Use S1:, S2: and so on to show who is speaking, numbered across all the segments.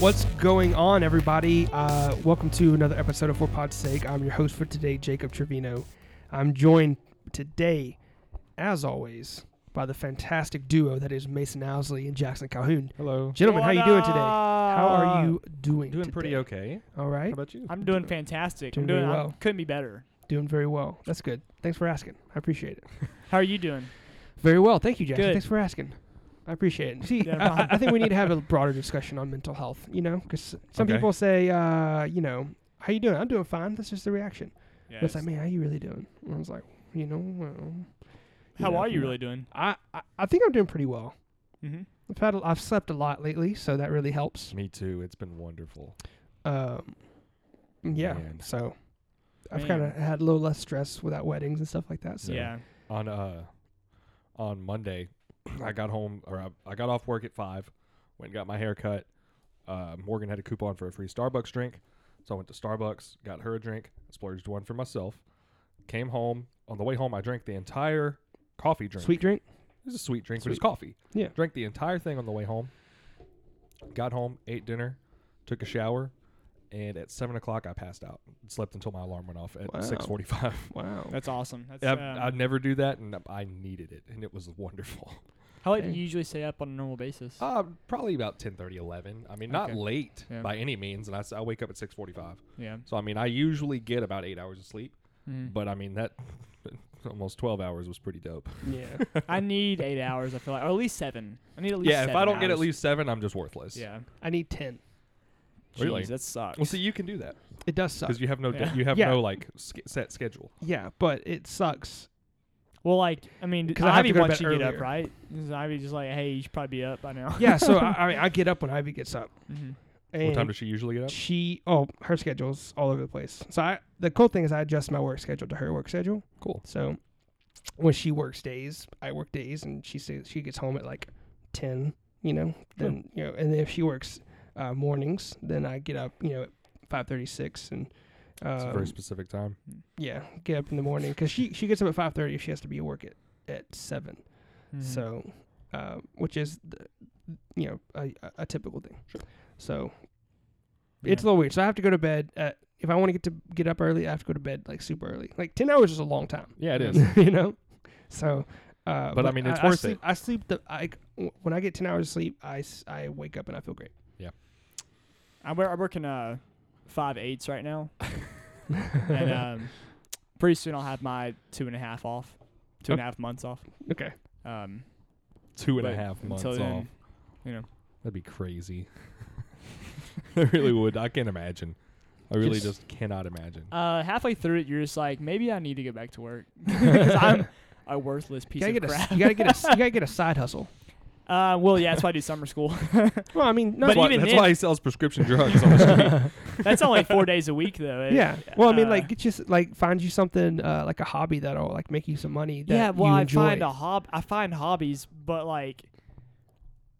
S1: What's going on, everybody? Uh, welcome to another episode of For Pod's Sake. I'm your host for today, Jacob Trevino. I'm joined today, as always, by the fantastic duo that is Mason Owsley and Jackson Calhoun.
S2: Hello.
S1: Gentlemen, how you doing today? How
S3: What
S1: are
S3: up?
S1: you doing?
S2: Doing pretty
S1: today?
S2: okay.
S1: All
S2: How
S1: right,
S2: about you?
S3: I'm doing fantastic.
S1: Doing
S3: I'm doing.
S1: really
S3: I
S1: well.
S3: couldn't be better.
S1: doing very well. That's good. Thanks for asking. I appreciate it.
S3: How are you doing?
S1: Very well, thank you, Jackson.
S3: Good.
S1: Thanks for asking. I appreciate it. See,
S3: Yeah,
S1: I- I,
S3: fine.
S1: I think we need to have a broader discussion on mental health. You know, because some
S2: Okay.
S1: people say, uh, you know, how you doing? I'm doing fine. That's just the reaction.
S3: Yeah,
S1: But It's like, man, how you really doing? And I was like, you know, well, you
S3: how
S1: know,
S3: are you
S1: know.
S3: really doing?
S1: I, I I think I'm doing pretty well.
S3: Mm-hmm.
S1: I've had a, I've slept a lot lately, so that really helps.
S2: Me too. It's been wonderful.
S1: Um, yeah.
S2: Man.
S1: So
S3: Man.
S1: I've kind of had a little less stress without weddings and stuff like that. So
S3: Yeah.
S2: On uh on Monday, I got home or I, I got off work at 5, went and got my hair cut. Uh, Morgan had a coupon for a free Starbucks drink. So I went to Starbucks, got her a drink, splurged one for myself. Came home. On the way home, I drank the entire coffee drink.
S1: sweet drink.
S2: It was a sweet drink, but it's
S1: Sweet.
S2: coffee.
S1: Yeah.
S2: Drank the entire thing on the way home. Got home, ate dinner, took a shower, and at seven o'clock I passed out. and Slept until my alarm went off at
S1: Wow.
S2: six forty-five.
S1: Wow.
S3: That's awesome. That's,
S2: I,
S3: um,
S2: I never do that, and I needed it, and it was wonderful.
S3: how late do
S1: Dang.
S3: you usually stay up on a normal basis?
S2: Uh, probably about 10, 11. I mean, not
S3: Okay.
S2: late
S3: Yeah.
S2: by any means, and I, s- I wake up at six forty-five.
S3: yeah.
S2: So I mean, I usually get about eight hours of sleep,
S3: Mhm.
S2: but I mean that almost twelve hours was pretty dope.
S1: Yeah.
S3: I need eight hours. I feel like, or at least seven. I need at least.
S2: Yeah, if I
S3: seven
S2: don't get at
S3: hours.
S2: least seven, I'm just worthless.
S3: Yeah.
S1: I need ten.
S2: Really?
S3: Jeez, that sucks.
S2: Well, see, you can do that.
S1: It does suck.
S2: because you have no
S3: Yeah.
S2: de- you have
S1: Yeah.
S2: no like sk- set schedule.
S1: Yeah, but it sucks.
S3: Well, like, I mean,
S1: 'Cause I have to
S3: Ivy
S1: go to
S3: wants
S1: bed
S3: you to get up,
S1: earlier.
S3: right? Is Ivy just like, hey, you should probably be up by now.
S1: Yeah. So I, I mean, I get up when Ivy gets up.
S3: Mhm.
S1: And
S2: what time does she usually get up?
S1: she oh her schedule's all over the place so i the cool thing is i adjust my work schedule to her work schedule
S2: Cool.
S1: so when she works days i work days and she stays, she gets home at like 10 you know then you know and then if she works uh, mornings then i get up you know at 5.36 and
S2: It's a
S1: um,
S2: very specific time.
S1: yeah get up in the morning because she, she gets up at 5.30 if she has to be at work at, at 7
S3: Mhm.
S2: Mm-hmm.
S1: so uh, which is the, you know a, a- a typical thing so it's a
S3: Yeah.
S1: little weird. So I have to go to bed. At, if I want to get to get up early, I have to go to bed like super early. Like ten hours is a long time.
S2: Yeah, it
S3: Yeah.
S2: is.
S1: you know. So, uh,
S2: But I mean, it's
S1: I,
S2: worth it.
S1: sleep, I sleep the I w- when I get ten hours of sleep, I, s- I wake up and I feel great.
S3: I wear, I work in uh five eights right now, and um, pretty soon I'll have my two and a half off, two and a half months off.
S1: Okay.
S3: Um,
S2: Two and a
S3: but
S2: half months
S3: until then,
S2: off.
S3: you know,
S2: That'd be crazy. I really would. I can't imagine. I really
S1: Just-
S2: just, cannot imagine.
S3: uh, halfway through it, you're just like, maybe I need to get back to work 'Cause I'm a worthless
S1: You
S3: piece
S1: gotta,
S3: of
S1: get a, s-
S3: crap.
S1: you gotta get a s- you gotta get a side hustle.
S3: uh, well, yeah, that's why I do summer school.
S1: Well, I mean,
S3: But
S1: not
S2: that's why,
S3: even
S2: that's
S3: then-
S2: why he sells prescription drugs on the street.
S3: that's only four days a week, though. It-
S1: yeah. Well, I mean,
S3: uh,
S1: like get you s- like find you something uh, like a hobby that'll like make you some money. That
S3: yeah. Well,
S1: you
S3: I
S1: enjoy.
S3: find a hob, I find hobbies, but like.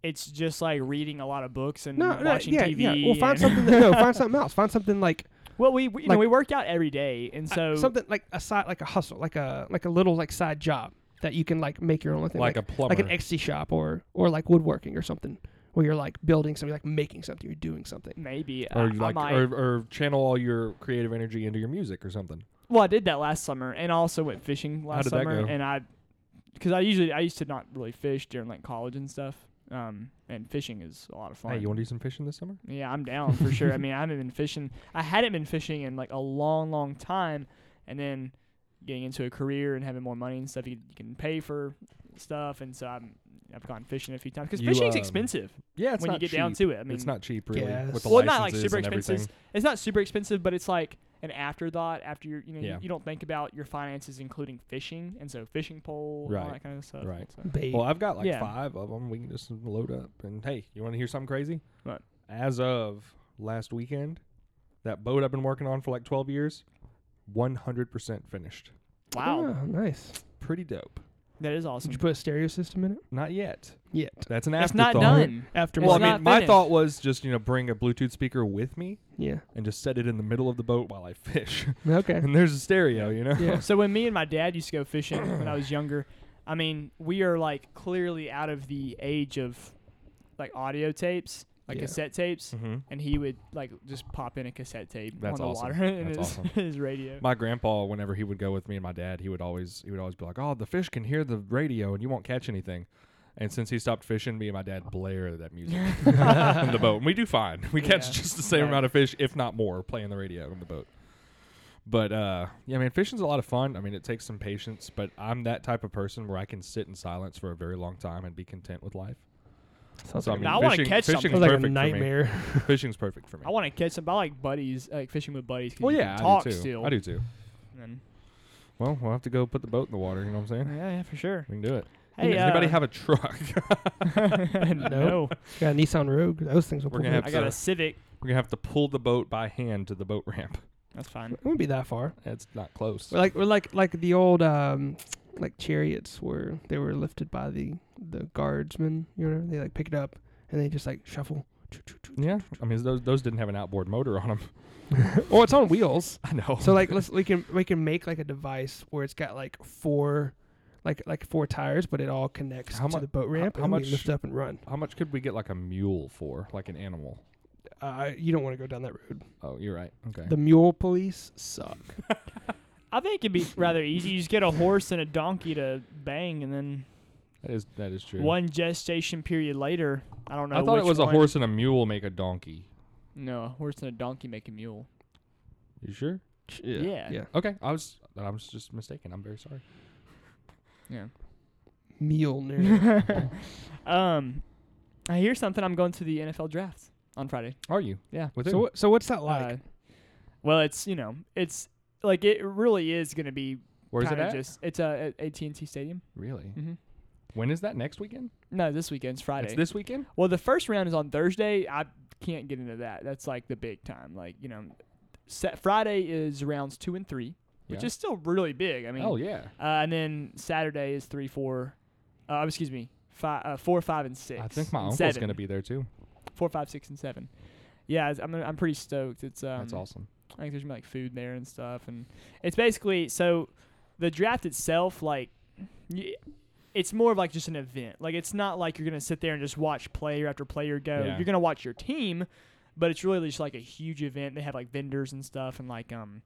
S3: It's just like reading a lot of books and
S1: no, no,
S3: watching
S1: yeah,
S3: TV.
S1: yeah. Well, find
S3: and-
S1: something. That, no, find something else. Find something like
S3: Well, we, we you
S1: like-
S3: know we work out every day, and so
S1: so something like a side like a hustle like a like a little like side job that you can like make your own thing
S2: like a plumber.
S1: like an XC shop or or like woodworking or something where you're like building something like making something you're doing something
S3: maybe
S2: or,
S3: I,
S2: you
S3: I
S2: like,
S3: might.
S2: or, or channel all your creative energy into your music or something.
S3: well, I did that last summer, and I also went fishing last
S2: did that
S3: summer,
S2: go?
S3: and I because I usually I used to not really fish during like college and stuff. Um, and fishing is a lot of fun.
S2: Hey, you want to do some fishing this summer?
S3: yeah, I'm down for sure. I mean, I haven't been fishing. I hadn't been fishing in like a long, long time, and then getting into a career and having more money and stuff, you, you can pay for stuff, and so I'm. I've gone fishing a few times because
S2: You,
S3: fishing's
S2: um,
S3: expensive
S2: Yeah, it's
S3: when you
S2: not
S3: get
S2: cheap.
S3: down to it. I mean,
S2: it's not cheap, really.
S1: Yes.
S2: With the
S3: well, not like
S2: licenses
S3: super
S2: and everything.
S3: expensive. It's not super expensive, but it's like an afterthought after you're, you know,
S2: Yeah.
S3: you, you don't think about your finances, including fishing, and so fishing pole, and all
S2: Right.
S3: that kind of stuff.
S2: Right.
S3: So,
S1: Babe.
S2: Well, I've got like
S3: Yeah.
S2: five of them. We can just load up. And hey, you want to hear something crazy?
S3: What?
S2: As of last weekend, that boat I've been working on for like 12 years, 100% finished.
S3: wow,
S1: Ah, nice
S2: Pretty dope.
S3: that is awesome.
S1: did you put a stereo system in it
S2: Not yet.
S1: yet
S2: That's an
S3: it's
S2: afterthought.
S3: not done.
S1: after
S2: Well,
S3: It's
S2: I
S3: not
S2: mean, my
S3: finished.
S2: thought was just you know bring a Bluetooth speaker with me
S1: yeah
S2: and just set it in the middle of the boat while I fish.
S1: okay
S2: and there's a stereo, you know.
S1: yeah
S3: So when me and my dad used to go fishing when I was younger, I mean, we are like clearly out of the age of like audio tapes. like
S1: Yeah.
S3: cassette tapes,
S2: Mm-hmm.
S3: and he would like just pop in a cassette tape
S2: That's
S3: on the
S2: awesome.
S3: water in
S2: That's
S3: his,
S2: awesome.
S3: his radio.
S2: My grandpa, whenever he would go with me and my dad, he would always he would always be like, "Oh, the fish can hear the radio, and you won't catch anything." And since he stopped fishing, me and my dad blare that music in the boat, and we do fine. We catch
S3: Yeah.
S2: just the same
S3: Right.
S2: amount of fish, if not more, playing the radio in the boat. But uh, yeah, man, fishing's a lot of fun. I mean, it takes some patience, but I'm that type of person where I can sit in silence for a very long time and be content with life.
S1: Sounds
S2: So I
S1: like,
S2: mean,
S3: Now I wanna
S2: fishing,
S3: catch something.
S2: fishing's
S1: sounds like
S2: perfect
S1: a
S2: for me.
S1: nightmare.
S2: Fishing's perfect for me.
S3: I want to catch some. I like buddies, I like fishing with buddies. 'cause
S2: well,
S3: you
S2: yeah,
S3: can
S2: I
S3: talk
S2: do too.
S3: still.
S2: I do too.
S3: And,
S2: Well, we'll have to go put the boat in the water. You know what I'm saying?
S3: yeah, yeah, for sure.
S2: We can do it.
S3: Hey,
S2: Does anybody
S3: uh,
S2: have a truck?
S3: no.
S1: Got a Nissan Rogue. Those things will
S2: We're
S1: pull
S2: gonna
S1: me.
S2: have
S1: It
S3: I got
S2: So-
S3: a Civic.
S2: We're gonna have to pull the boat by hand to the boat ramp.
S3: That's fine.
S1: wouldn't be that far.
S2: That's not close.
S1: We're like we're like like the old um like chariots where they were lifted by the the guardsmen. You know, they like pick it up and they just like shuffle.
S2: yeah, I mean those those didn't have an outboard motor on them.
S1: Well, it's on wheels.
S2: I know.
S1: So like let's we can we can make like a device where it's got like four like like four tires, but it all connects
S2: How
S1: to
S2: mu-
S1: the boat ramp.
S2: how
S1: and we
S2: much-
S1: lift up and run?
S2: how much could we get like a mule for, like an animal?
S1: Uh, you don't want to go down that road.
S2: Oh, you're right. Okay.
S1: The mule police suck.
S3: I think it'd be rather easy. You just get a horse and a donkey to bang, and then
S2: that is that is true.
S3: one gestation period later, I don't know.
S2: I thought it
S3: which
S2: was a
S3: one-
S2: horse and a mule make a donkey.
S3: No, a horse and a donkey make a mule.
S2: You sure?
S3: Yeah.
S1: Yeah.
S2: Okay. I was I was just mistaken. I'm very sorry.
S3: Yeah.
S1: Mule nerd.
S3: um, I hear something. I'm going to the NFL draft on Friday.
S2: Are you?
S3: Yeah.
S2: With
S1: so
S2: who?
S1: what- so what's that like?
S3: Uh, well, it's you know, it's like it really is going to be.
S2: Where's it
S3: kinda
S2: at? Mm-hmm.
S3: Just it's uh, at AT and T Stadium.
S2: really?
S3: hmm
S2: When is that? Next weekend?
S3: No, this weekend's Friday.
S2: It's this weekend.
S3: Well, the first round is on Thursday. I can't get into that. That's like the big time. Like you know, set Friday is rounds two and three, which
S2: Yeah.
S3: is still really big. I mean,
S2: oh yeah.
S3: uh, and then Saturday is three, four. Uh, excuse me, five, uh, four, five, and six.
S2: I think my
S3: and
S2: uncle's
S3: seven.
S2: gonna be there too.
S3: four, five, six, and seven. Yeah, it's- I'm I'm pretty stoked. It's um,
S2: That's awesome.
S3: I think there's gonna be like food there and stuff, and it's basically so the draft itself, like, y- it's more of like just an event. Like, it's not like you're gonna sit there and just watch player after player go.
S2: Yeah.
S3: You're gonna watch your team, but it's really just like a huge event. They have like vendors and stuff, and like um,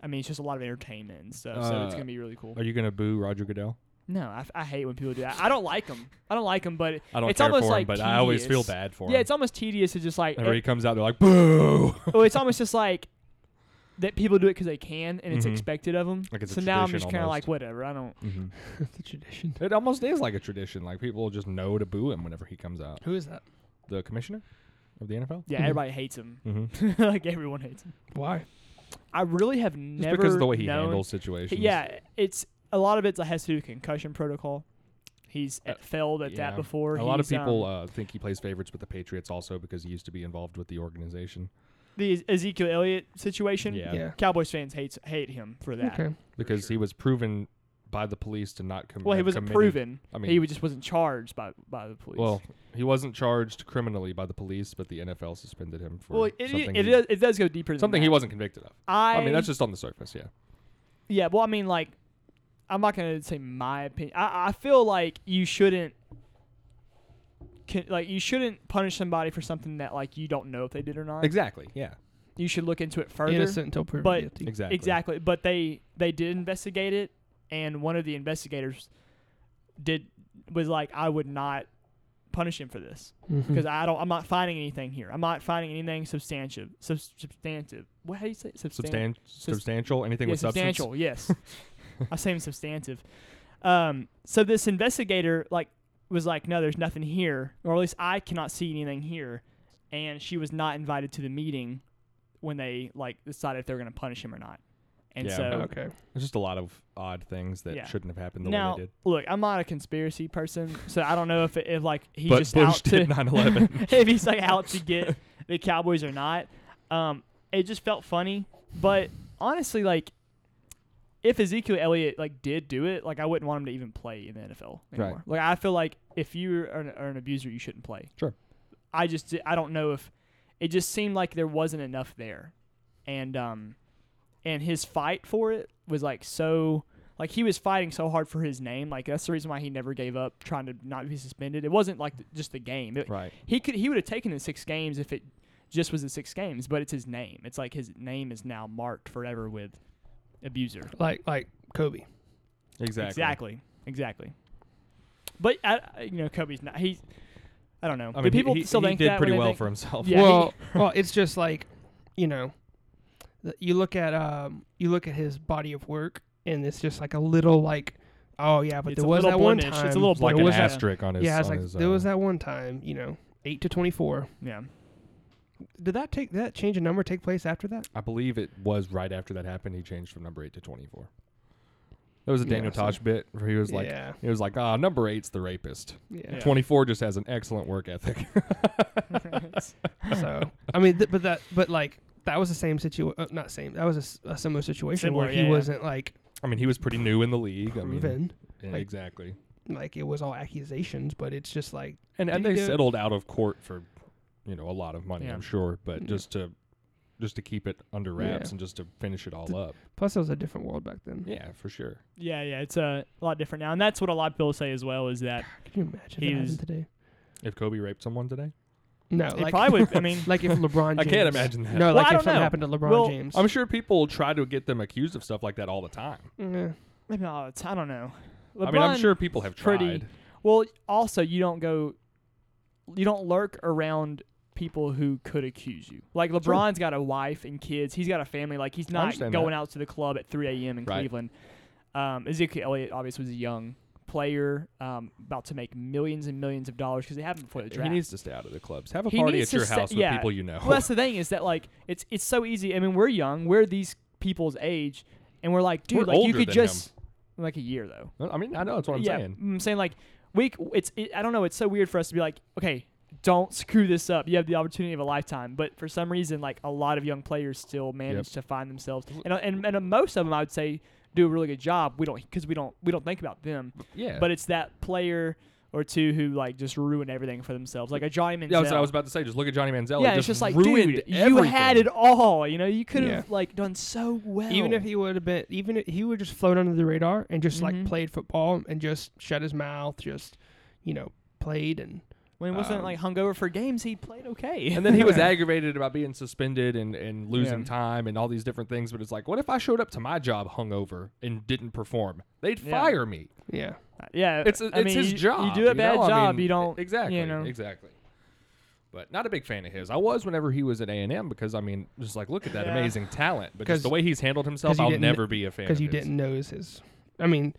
S3: I mean, it's just a lot of entertainment and stuff. so it's
S2: Uh,
S3: gonna be really cool.
S2: Are you gonna boo Roger Goodell?
S3: No, I, f- I hate when people do that. I don't like them. I don't like them, but
S2: I don't
S3: It's
S2: care
S3: almost
S2: for him,
S3: like
S2: but I always feel
S3: tedious.
S2: bad for
S3: yeah,
S2: him.
S3: it's almost tedious to just like
S2: Whenever he comes out, they're like, "Boo!"
S3: well, it's almost just like that people do it because they can and it's
S2: Mhm.
S3: expected of them.
S2: Like it's
S3: so
S2: a
S3: now I'm
S2: tradition
S3: just kind of like
S2: almost.
S3: whatever. I don't.
S2: Mhm.
S1: the tradition.
S2: It almost is like a tradition. Like people just know to boo him whenever he comes out.
S1: Who is that?
S2: The commissioner of the NFL.
S3: Yeah,
S1: Mhm.
S3: everybody hates him.
S2: Mm-hmm.
S3: like everyone hates him.
S1: Why?
S3: I really have
S2: Just
S3: never
S2: because of the way he
S3: known-
S2: handles situations.
S3: Yeah, it's a lot of it has to do with concussion protocol. He's
S2: Uh,
S3: uh, failed at
S2: yeah.
S3: that before.
S2: A lot of
S3: He's,
S2: people
S3: Um,
S2: uh, think he plays favorites with the Patriots also because he used to be involved with the organization.
S3: the E-, Ezekiel Elliott situation.
S2: Yeah.
S1: Yeah.
S3: Cowboys fans hate hate him for that.
S1: Okay.
S2: Because
S3: sure.
S2: he was proven by the police to not commit.
S3: Well, he wasn't proven.
S2: I
S3: I
S2: mean-
S3: mean, he just wasn't charged by by the police.
S2: Well, he wasn't charged criminally by the police, but the NFL suspended him for
S3: well, it,
S2: something.
S3: it, it,
S2: he,
S3: does, it does go deeper than
S2: something
S3: that.
S2: he wasn't convicted of.
S3: I,
S2: I mean, that's just on the surface. Yeah.
S3: Yeah, well, I mean, like, I'm not gonna say my opinion. I, I feel like you shouldn't, can, like, you shouldn't punish somebody for something that like you don't know if they did or not.
S2: Exactly. Yeah.
S3: You should look into it further.
S1: Innocent until proven
S3: but-
S1: guilty.
S2: Exactly.
S3: Exactly, but they they did investigate it, and one of the investigators did was like, I would not punish him for this
S1: Mhm.
S3: because I don't. I'm not finding anything here. I'm not finding anything substantive. Sub, substantive. What? How do you say? it? Substan-
S2: Substan- substantial. Anything
S3: yeah,
S2: with substance.
S3: substantial. Yes, I'm saying substantive. Um, so this investigator like was like, no, there's nothing here, or at least I cannot see anything here, and she was not invited to the meeting when they like decided if they were going to punish him or not. And
S2: Yeah.
S3: so
S1: Oh, Okay.
S2: There's just a lot of odd things that
S3: Yeah.
S2: shouldn't have happened the
S3: now,
S2: way they did.
S3: look, I'm not a conspiracy person, so I don't know if it, if like he's
S2: But
S3: just
S2: Bush
S3: out
S2: did
S3: to
S2: 9/11.
S3: if he's like out to get the Cowboys or not. Um, it just felt funny, but honestly, like if Ezekiel Elliott like did do it, like I wouldn't want him to even play in the NFL anymore. Like I feel like if you are an, are an abuser, you shouldn't play.
S2: Sure.
S3: I just I don't know if it just seemed like there wasn't enough there, and um, and his fight for it was like so like he was fighting so hard for his name. Like that's the reason why he never gave up trying to not be suspended. It wasn't like th- just the game. It-
S2: Right.
S3: He could he would have taken the six games if it just was the six games, but it's his name. It's like his name is now marked forever with abuser.
S1: like like Kobe.
S2: Exactly.
S3: Exactly. Exactly. But I, I- you know, Kobe's not. He's. I don't know.
S2: I mean,
S3: Do people
S2: he, he-
S3: still
S2: he
S3: think
S2: did
S3: that
S2: pretty
S3: when they
S2: well
S3: think-
S2: for himself.
S3: Yeah,
S1: well,
S3: he-
S1: well, it's just like, you know, th- you look at um, you look at his body of work, and it's just like a little like, oh yeah, but
S3: It's
S1: there
S3: a
S1: was
S3: little
S1: that one
S3: blemish.
S1: time.
S3: It's a little
S2: It's like
S1: there
S3: blemish.
S1: was
S2: an
S3: Yeah.
S1: that,
S2: asterisk on his.
S1: yeah, it's
S2: on
S1: like
S2: his,
S1: there was
S2: uh,
S1: that one time, you know, eight to twenty four.
S3: Yeah.
S1: Did that take that change of number take place after that?
S2: I believe it was right after that happened. He changed from number eight to twenty-four. There was a
S1: Yeah,
S2: Daniel
S1: so-
S2: Tosh bit where he was like,
S1: yeah,
S2: he was like, ah, number eight's the rapist.
S1: yeah.
S2: Twenty-four just has an excellent work ethic.
S1: so I mean, th- but that, but like that was the same situation. Uh, not same. That was a s- a, similar situation
S3: Similar,
S1: where he
S3: yeah, yeah.
S1: wasn't like
S2: I mean, he was pretty new in the league. I mean,
S1: proven.
S2: yeah,
S1: like-
S2: exactly.
S1: like it was all accusations, but it's just like
S2: And and
S1: Did
S2: they
S1: he do it?
S2: settled out of court for, you know, a lot of money,
S3: Yeah. Mm-hmm.
S2: I'm sure. But
S1: Yeah.
S2: just to, just to keep it under
S1: Yeah.
S2: wraps and just to finish it all
S1: Th-
S2: up.
S1: plus it was a different world back then.
S2: Yeah, for sure.
S3: Yeah, yeah, it's uh, a lot different now, and that's what a lot of people say as well. Is that
S1: Can you imagine
S3: He
S1: that
S3: was-
S1: happened today?
S2: If Kobe raped someone today,
S1: No,
S3: it
S1: like
S3: probably would. I mean,
S1: like if LeBron. James,
S2: I can't imagine that.
S1: No,
S3: Well,
S1: like
S3: I
S1: if
S3: don't
S1: something
S3: know.
S1: happened to LeBron
S3: Well,
S1: James.
S2: I'm sure people try to get them accused of stuff like that all the time.
S1: Yeah.
S3: maybe not, it's- I don't know.
S2: I mean, I'm
S3: LeBron-
S2: sure people have tried.
S3: pretty- Well, also you don't go, you don't lurk around people who could accuse you. Like LeBron's got a wife and kids. He's got a family. Like he's not
S2: understand
S3: going out to the club at 3 a.m. in
S2: Right.
S3: Cleveland. Um, Ezekiel Elliott obviously was a young player, um, about to make millions and millions of dollars because they haven't before the
S2: He
S3: draft.
S2: needs to stay out of the clubs. Have a
S3: He
S2: party
S3: needs
S2: at
S3: to
S2: your
S3: stay-
S2: house with
S3: yeah.
S2: people you know.
S3: Well, that's the thing is that like it's it's so easy. I mean, we're young, we're these people's age, and we're like, dude,
S2: We're
S3: like you
S2: older
S3: could
S2: than
S3: just like a year though.
S2: I mean, I know that's what I'm
S3: yeah,
S2: saying.
S3: I'm saying like we. c- It's it, I don't know. It's so weird for us to be like, okay, don't screw this up. You have the opportunity of a lifetime, but for some reason, like a lot of young players still manage to find themselves, and and and uh, most of them, I would say, do a really good job. We don't because we don't we don't think about them,
S2: Yeah,
S3: but it's that player. Or two who like just ruin everything for themselves, like a Johnny Manziel.
S2: yeah, that's what I was about to say. Just look at Johnny Manziel.
S3: Yeah,
S2: He
S3: it's just like,
S2: ruined
S3: dude, you
S2: everything.
S3: had it all. You know, you could have
S1: Yeah.
S3: like done so well.
S1: Even if he would have been, even if he would just float under the radar and just
S3: Mhm.
S1: like played football and just shut his mouth, just you know played and
S3: when he wasn't
S1: um,
S3: like hungover for games, he played okay.
S2: And then he was aggravated about being suspended and, and losing
S3: Yeah.
S2: time and all these different things. But it's like, what if I showed up to my job hungover and didn't perform? They'd
S3: Yeah.
S2: fire me.
S1: yeah.
S3: yeah,
S2: It's it's
S3: I mean,
S2: his
S3: you-
S2: job.
S3: You do a bad
S2: know? I
S3: job,
S2: mean, e-,
S3: you don't
S2: exactly
S3: You know,
S2: exactly. But not a big fan of his. I was whenever he was at A and M because I mean, just like look at that
S3: Yeah.
S2: amazing talent. But
S1: 'Cause-
S2: just the way he's handled
S1: 'cause
S2: himself,
S1: you
S2: I'll
S1: didn't-
S2: never be a fan.
S1: because
S2: Because
S1: you didn't know is his. I mean,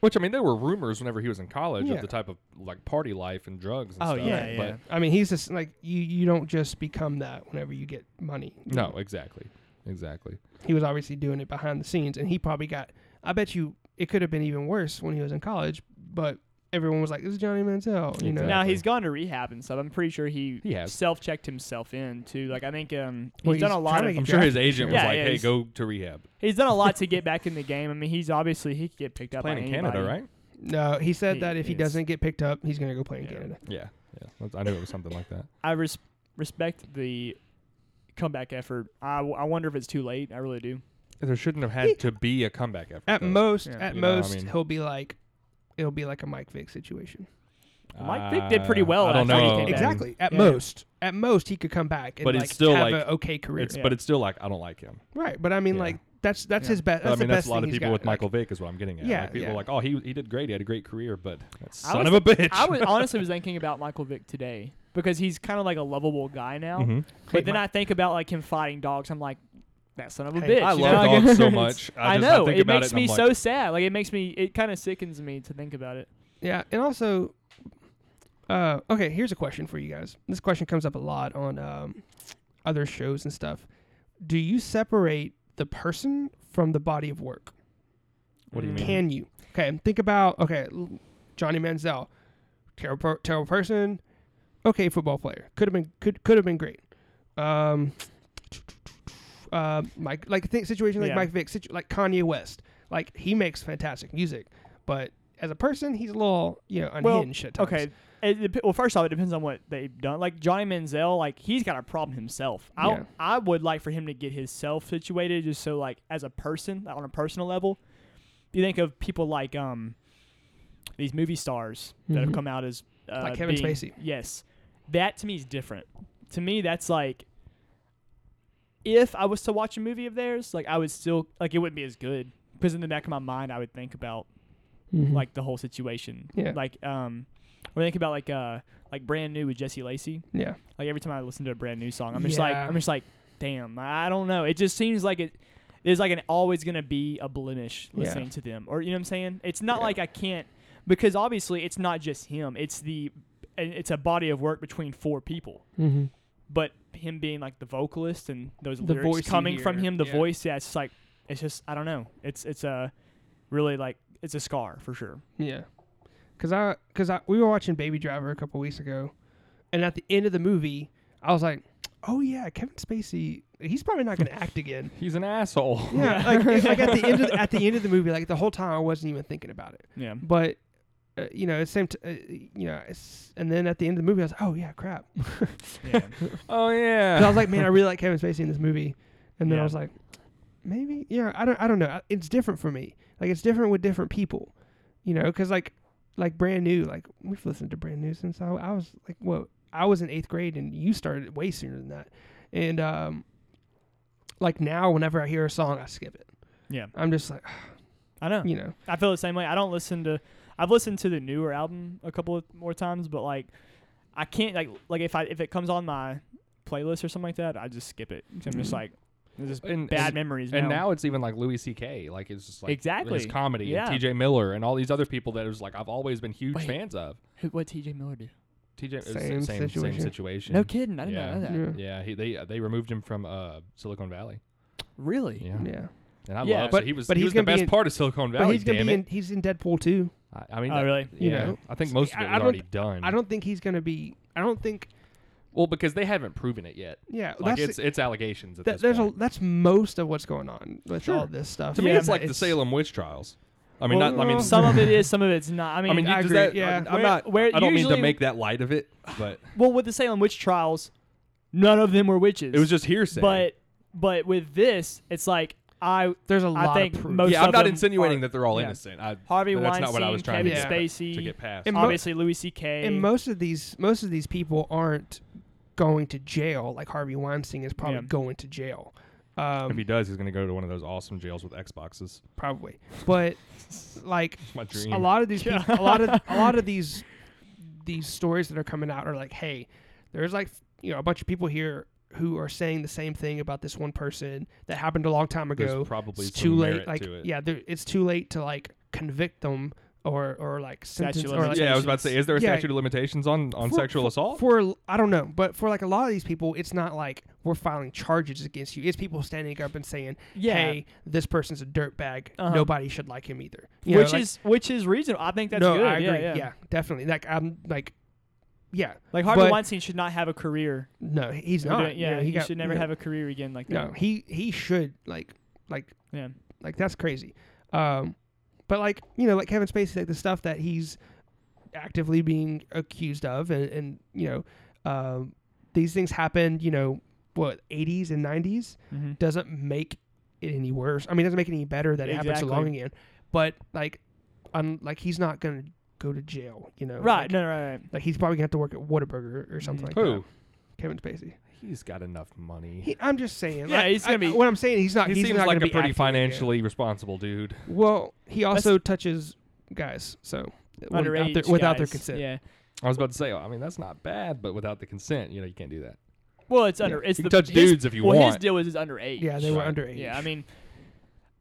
S2: Which I mean, there were rumors whenever he was in college
S1: Yeah.
S2: of the type of like party life and drugs. and
S3: Oh,
S2: stuff.
S3: yeah,
S2: But
S3: yeah.
S1: I mean, he's just like you. You don't just become that whenever you get money.
S2: no, exactly, exactly.
S1: he was obviously doing it behind the scenes, and he probably got. I bet you it could have been even worse when he was in college, but everyone was like, "This is Johnny Manziel," you know.
S2: Exactly.
S3: Now he's gone to rehab and stuff. I'm pretty sure he,
S2: He has.
S3: self-checked himself in too. Like I think um, he's,
S1: Well,
S3: done
S1: he's
S3: a lot
S1: trying to
S3: of
S1: get-
S2: I'm sure his
S1: drafted,
S2: agent was
S3: sure. Yeah,
S2: like,
S3: yeah,
S2: "Hey,
S3: he's-
S2: go to rehab."
S3: he's done a lot to get back in the game. I mean, he's obviously he could get picked up
S2: Playing
S3: by
S2: in Canada,
S3: anybody.
S2: right?
S1: No, he said
S3: He
S1: that if he
S3: is.
S1: doesn't get picked up, he's gonna go play in
S3: Yeah.
S1: Canada.
S2: Yeah, yeah. That's- I knew it was something like that.
S3: I res- respect the comeback effort. I, w- I wonder if it's too late. I really do.
S2: There shouldn't have had to be a comeback effort.
S1: At
S2: though.
S1: most,
S3: Yeah.
S1: at
S2: You know, I
S1: most,
S2: mean-
S1: he'll be like, it'll be like a Mike Vick situation.
S3: Mike Vick did pretty
S2: Uh,
S3: well
S2: I don't
S3: after he
S2: know.
S3: came back.
S2: Exactly.
S1: Exactly. At
S3: Yeah.
S1: most, at most, he could come back and
S2: But it's
S1: like
S2: still,
S1: have
S2: like-
S1: an okay career.
S2: It's but it's still like I don't like him.
S1: right, but I mean,
S2: Yeah.
S1: like that's that's
S3: Yeah.
S1: his best.
S2: But,
S1: That's
S2: I mean,
S1: the
S2: that's
S1: best
S2: a lot
S1: thing
S2: of
S1: he's
S2: people
S1: got.
S2: with
S1: Like,
S2: Michael Vick is what I'm getting at.
S1: Yeah,
S2: like, people
S1: yeah.
S2: are like, oh, he he did great. He had a great career, but that
S3: I
S2: son
S3: was-
S2: of a bitch.
S3: I was honestly was thinking about Michael Vick today because he's kind of like a lovable guy now.
S2: Mhm.
S3: But then
S1: Mi-
S3: I think about like him fighting dogs. I'm like, that son of a
S1: Hey,
S3: bitch.
S2: I
S3: you
S2: love
S3: know? Like,
S2: dogs so
S3: it's-
S2: much.
S3: I,
S2: I, just,
S3: know
S2: I think
S3: it
S2: about
S3: makes
S2: it
S3: me
S2: and I'm
S3: so
S2: like,
S3: sad. Like it makes me. It kind of sickens me to think about it.
S1: Yeah, and also, uh, okay, here's a question for you guys. This question comes up a lot on um, other shows and stuff. Do you separate the person from the body of work?
S2: What do you
S3: Mm.
S2: mean?
S1: Can you? Okay, and think about okay, l- Johnny Manziel, terrible, per- terrible person. Okay, football player could have been could could have been great. Um, uh, Mike, like think situation like
S3: Yeah.
S1: Mike Vick, situ- like Kanye West, like he makes fantastic music, but as a person, he's a little you know
S3: Well,
S1: unhinged shit. at times.
S3: Okay. It, dep- well, first off, it depends on what they've done. Like Johnny Manziel, like he's got a problem himself. I
S1: Yeah.
S3: I would like for him to get his self situated, just so like as a person, like, on a personal level, you think of people like um these movie stars that have
S1: Mhm.
S3: come out as uh,
S1: Like Kevin
S3: being-
S1: Spacey.
S3: Yes, that to me is different. To me, that's like if I was to watch a movie of theirs, like I would still like it wouldn't be as good because in the back of my mind I would think about like the whole situation.
S1: Mm-hmm. Yeah.
S3: Like um, when I think about like uh like brand new with Jesse Lacey.
S1: yeah,
S3: Like every time I listen to a brand new song, I'm just like
S1: Yeah.
S3: I'm just like, damn, I I don't know. It just seems like it. There's like an always gonna be a blemish
S1: Yeah.
S3: listening to them, or you know what I'm saying? It's not
S1: Yeah.
S3: like I can't because obviously it's not just him. It's the and it's a body of work between four people.
S1: mm-hmm.
S3: But him being like the vocalist and those
S1: The voice
S3: lyrics
S1: you
S3: coming from
S1: hear,
S3: him, the
S1: yeah.
S3: voice, yeah, it's just like it's just I don't know. It's it's a really like it's a scar for sure.
S1: yeah. Cause I, cause I, we were watching Baby Driver a couple weeks ago, and at the end of the movie, I was like, oh yeah, Kevin Spacey, he's probably not gonna act again.
S2: He's an asshole.
S1: Yeah, like, it- like at the end of the, at the end of the movie, like the whole time I wasn't even thinking about it.
S3: Yeah.
S1: But uh, you know, it's same. T- uh, you know, it's, and then at the end of the movie, I was like, oh yeah, crap. 'Cause
S3: yeah.
S2: Oh yeah.
S1: I was like, man, I really like Kevin Spacey in this movie, and then I
S3: Yeah.
S1: was like, maybe yeah, I don't, I don't know. I- It's different for me. Like it's different with different people, you know, because like like brand new, like we've listened to brand new since I, I was like, well, I was in eighth grade, and you started way sooner than that, and um, like now, whenever I hear a song, I skip it.
S3: Yeah.
S1: I'm just like,
S3: I know.
S1: you know.
S3: I feel the same way. I don't listen to. I've listened to the newer album a couple of more times, but like, I can't like like if I if it comes on my playlist or something like that, I just skip it. 'Cause I'm just
S1: Mhm.
S3: like, it's just
S2: Mm-hmm. And-
S3: bad
S2: and-
S3: memories.
S2: And
S3: now,
S2: now it's even like Louis C.K. Like it's just like his
S3: Exactly.
S2: comedy
S3: Yeah.
S2: and T.J. Miller and all these other people that it was like I've always been huge
S3: Wait.
S2: fans of.
S3: what T.J. Miller do?
S2: T.J. it was the
S1: Same
S2: same
S1: situation.
S2: Same situation.
S3: No kidding, I didn't
S2: Yeah.
S3: know that.
S1: Yeah.
S2: Yeah, he, they they removed him from uh, Silicon Valley.
S3: Really?
S2: Yeah,
S1: Yeah.
S2: and I
S3: Yeah.
S2: love.
S1: But-
S2: But he was
S1: but
S2: he
S1: he's
S2: was the
S1: gonna be
S2: best
S1: in-
S2: part of Silicon
S1: But
S2: Valley.
S1: he's gonna
S2: damn
S1: be
S2: it.
S1: in. He's in Deadpool too.
S2: I, I mean,
S3: Oh,
S2: that-
S3: really?
S1: You
S2: yeah.
S1: know?
S2: I think most of
S1: I-
S2: it
S1: I
S2: was
S1: don't
S2: already done.
S1: I don't think he's gonna be. I don't think.
S2: well, because they haven't proven it yet.
S1: Yeah.
S2: Like
S1: that's
S2: it's it's allegations at
S1: that,
S2: this
S1: there's
S2: point.
S1: a, that's most of what's going on with
S2: Sure.
S1: all this stuff.
S2: to me,
S1: Yeah,
S2: it's like the Salem witch trials. I mean,
S1: Well,
S2: not. I mean,
S3: Some of it is, some of it's not. I mean,
S2: I mean, you
S1: I
S2: does
S1: agree,
S2: that-
S1: yeah.
S2: I'm
S3: Where-
S2: not.
S3: where
S2: I don't mean
S3: usually-
S2: to make that light of it, but
S3: well, with the Salem witch trials, none of them were witches.
S2: it was just hearsay.
S3: but but with this, it's like I
S1: There's a lot
S3: think
S1: of proof.
S3: most-
S2: yeah, I'm
S3: of
S2: not
S3: them
S2: insinuating
S3: are-
S2: that they're all
S3: yeah.
S2: innocent. I,
S3: Harvey
S2: that's not what I was
S3: Weinstein,
S2: trying
S3: Kevin
S2: to get,
S3: Spacey,
S2: to get past.
S1: And mo-
S3: obviously Louis C.K.
S1: and most of these most of these people aren't going to jail. Like Harvey Weinstein is probably
S3: Yeah.
S1: going to jail.
S2: if he
S1: Um,
S2: does, he's going to go to one of those awesome jails with Xboxes.
S1: probably, but like
S2: My
S1: s-
S2: dream.
S1: a lot of these
S3: Yeah.
S1: people, a lot of a lot of these these stories that are coming out are like, hey, there's like you know a bunch of people here who are saying the same thing about this one person that happened a long time ago.
S2: There's probably
S1: it's
S2: some
S1: too late.
S2: merit
S1: Like
S2: to it.
S1: yeah, there, it's too late to like convict them or or like
S3: Statute
S1: sentence
S3: of
S1: or like,
S2: Yeah, I was about to say, is there a
S1: Yeah.
S2: statute of limitations on on
S1: For-
S2: sexual assault?
S1: for I don't know, but for like a lot of these people, it's not like we're filing charges against you. It's people standing up and saying,
S3: Yeah.
S1: "Hey, this person's a dirtbag.
S3: Uh-huh.
S1: Nobody should like him either."
S3: which
S1: know, like-
S3: is which is reasonable. I think that's
S1: no,
S3: good.
S1: I agree.
S3: Yeah, yeah.
S1: definitely. Like I'm like, yeah,
S3: Like Harvey
S1: But-
S3: Weinstein should not have a career.
S1: no, he's
S3: Or
S1: not.
S3: doing- yeah,
S1: You know,
S3: he,
S1: got-
S3: should never
S1: you know,
S3: have a career again like that.
S1: No, he he should like like
S3: Yeah.
S1: like that's crazy. Um, but like you know, like Kevin Spacey, like the stuff that he's actively being accused of, and, and you know, um, these things happened. You know, what eighties and nineties
S3: Mhm.
S1: doesn't make it any worse. I mean, it doesn't make it any better that it happened so
S3: Exactly.
S1: long again. But like, un- like he's not gonna go to jail. You know,
S3: Right,
S1: Like,
S3: no, Mm. right, right.
S1: like he's probably gonna have to work at Whataburger or something like that.
S2: Who?
S1: Kevin Spacey.
S2: He's got enough money.
S1: He, I'm just saying.
S3: Yeah,
S1: like,
S3: he's
S1: I-
S3: gonna be-
S1: What I'm saying, he's not.
S2: he
S1: he's
S2: seems
S1: not
S2: like
S1: gonna
S2: a
S1: be
S2: pretty
S1: acting again.
S2: financially responsible dude.
S1: Well, he also touches guys, so without their,
S3: Underage
S1: without their
S3: guys.
S1: consent.
S3: Yeah.
S2: I was about to say, I mean, that's not bad, but without the consent, you know, you can't do that.
S3: Well, it's under.
S1: Yeah.
S3: It's
S2: You
S3: the
S2: can touch
S3: his-
S2: dudes if you
S3: well, His
S2: want.
S3: deal is is underage.
S1: Yeah, they were
S2: Right.
S1: underage.
S3: Yeah, I mean,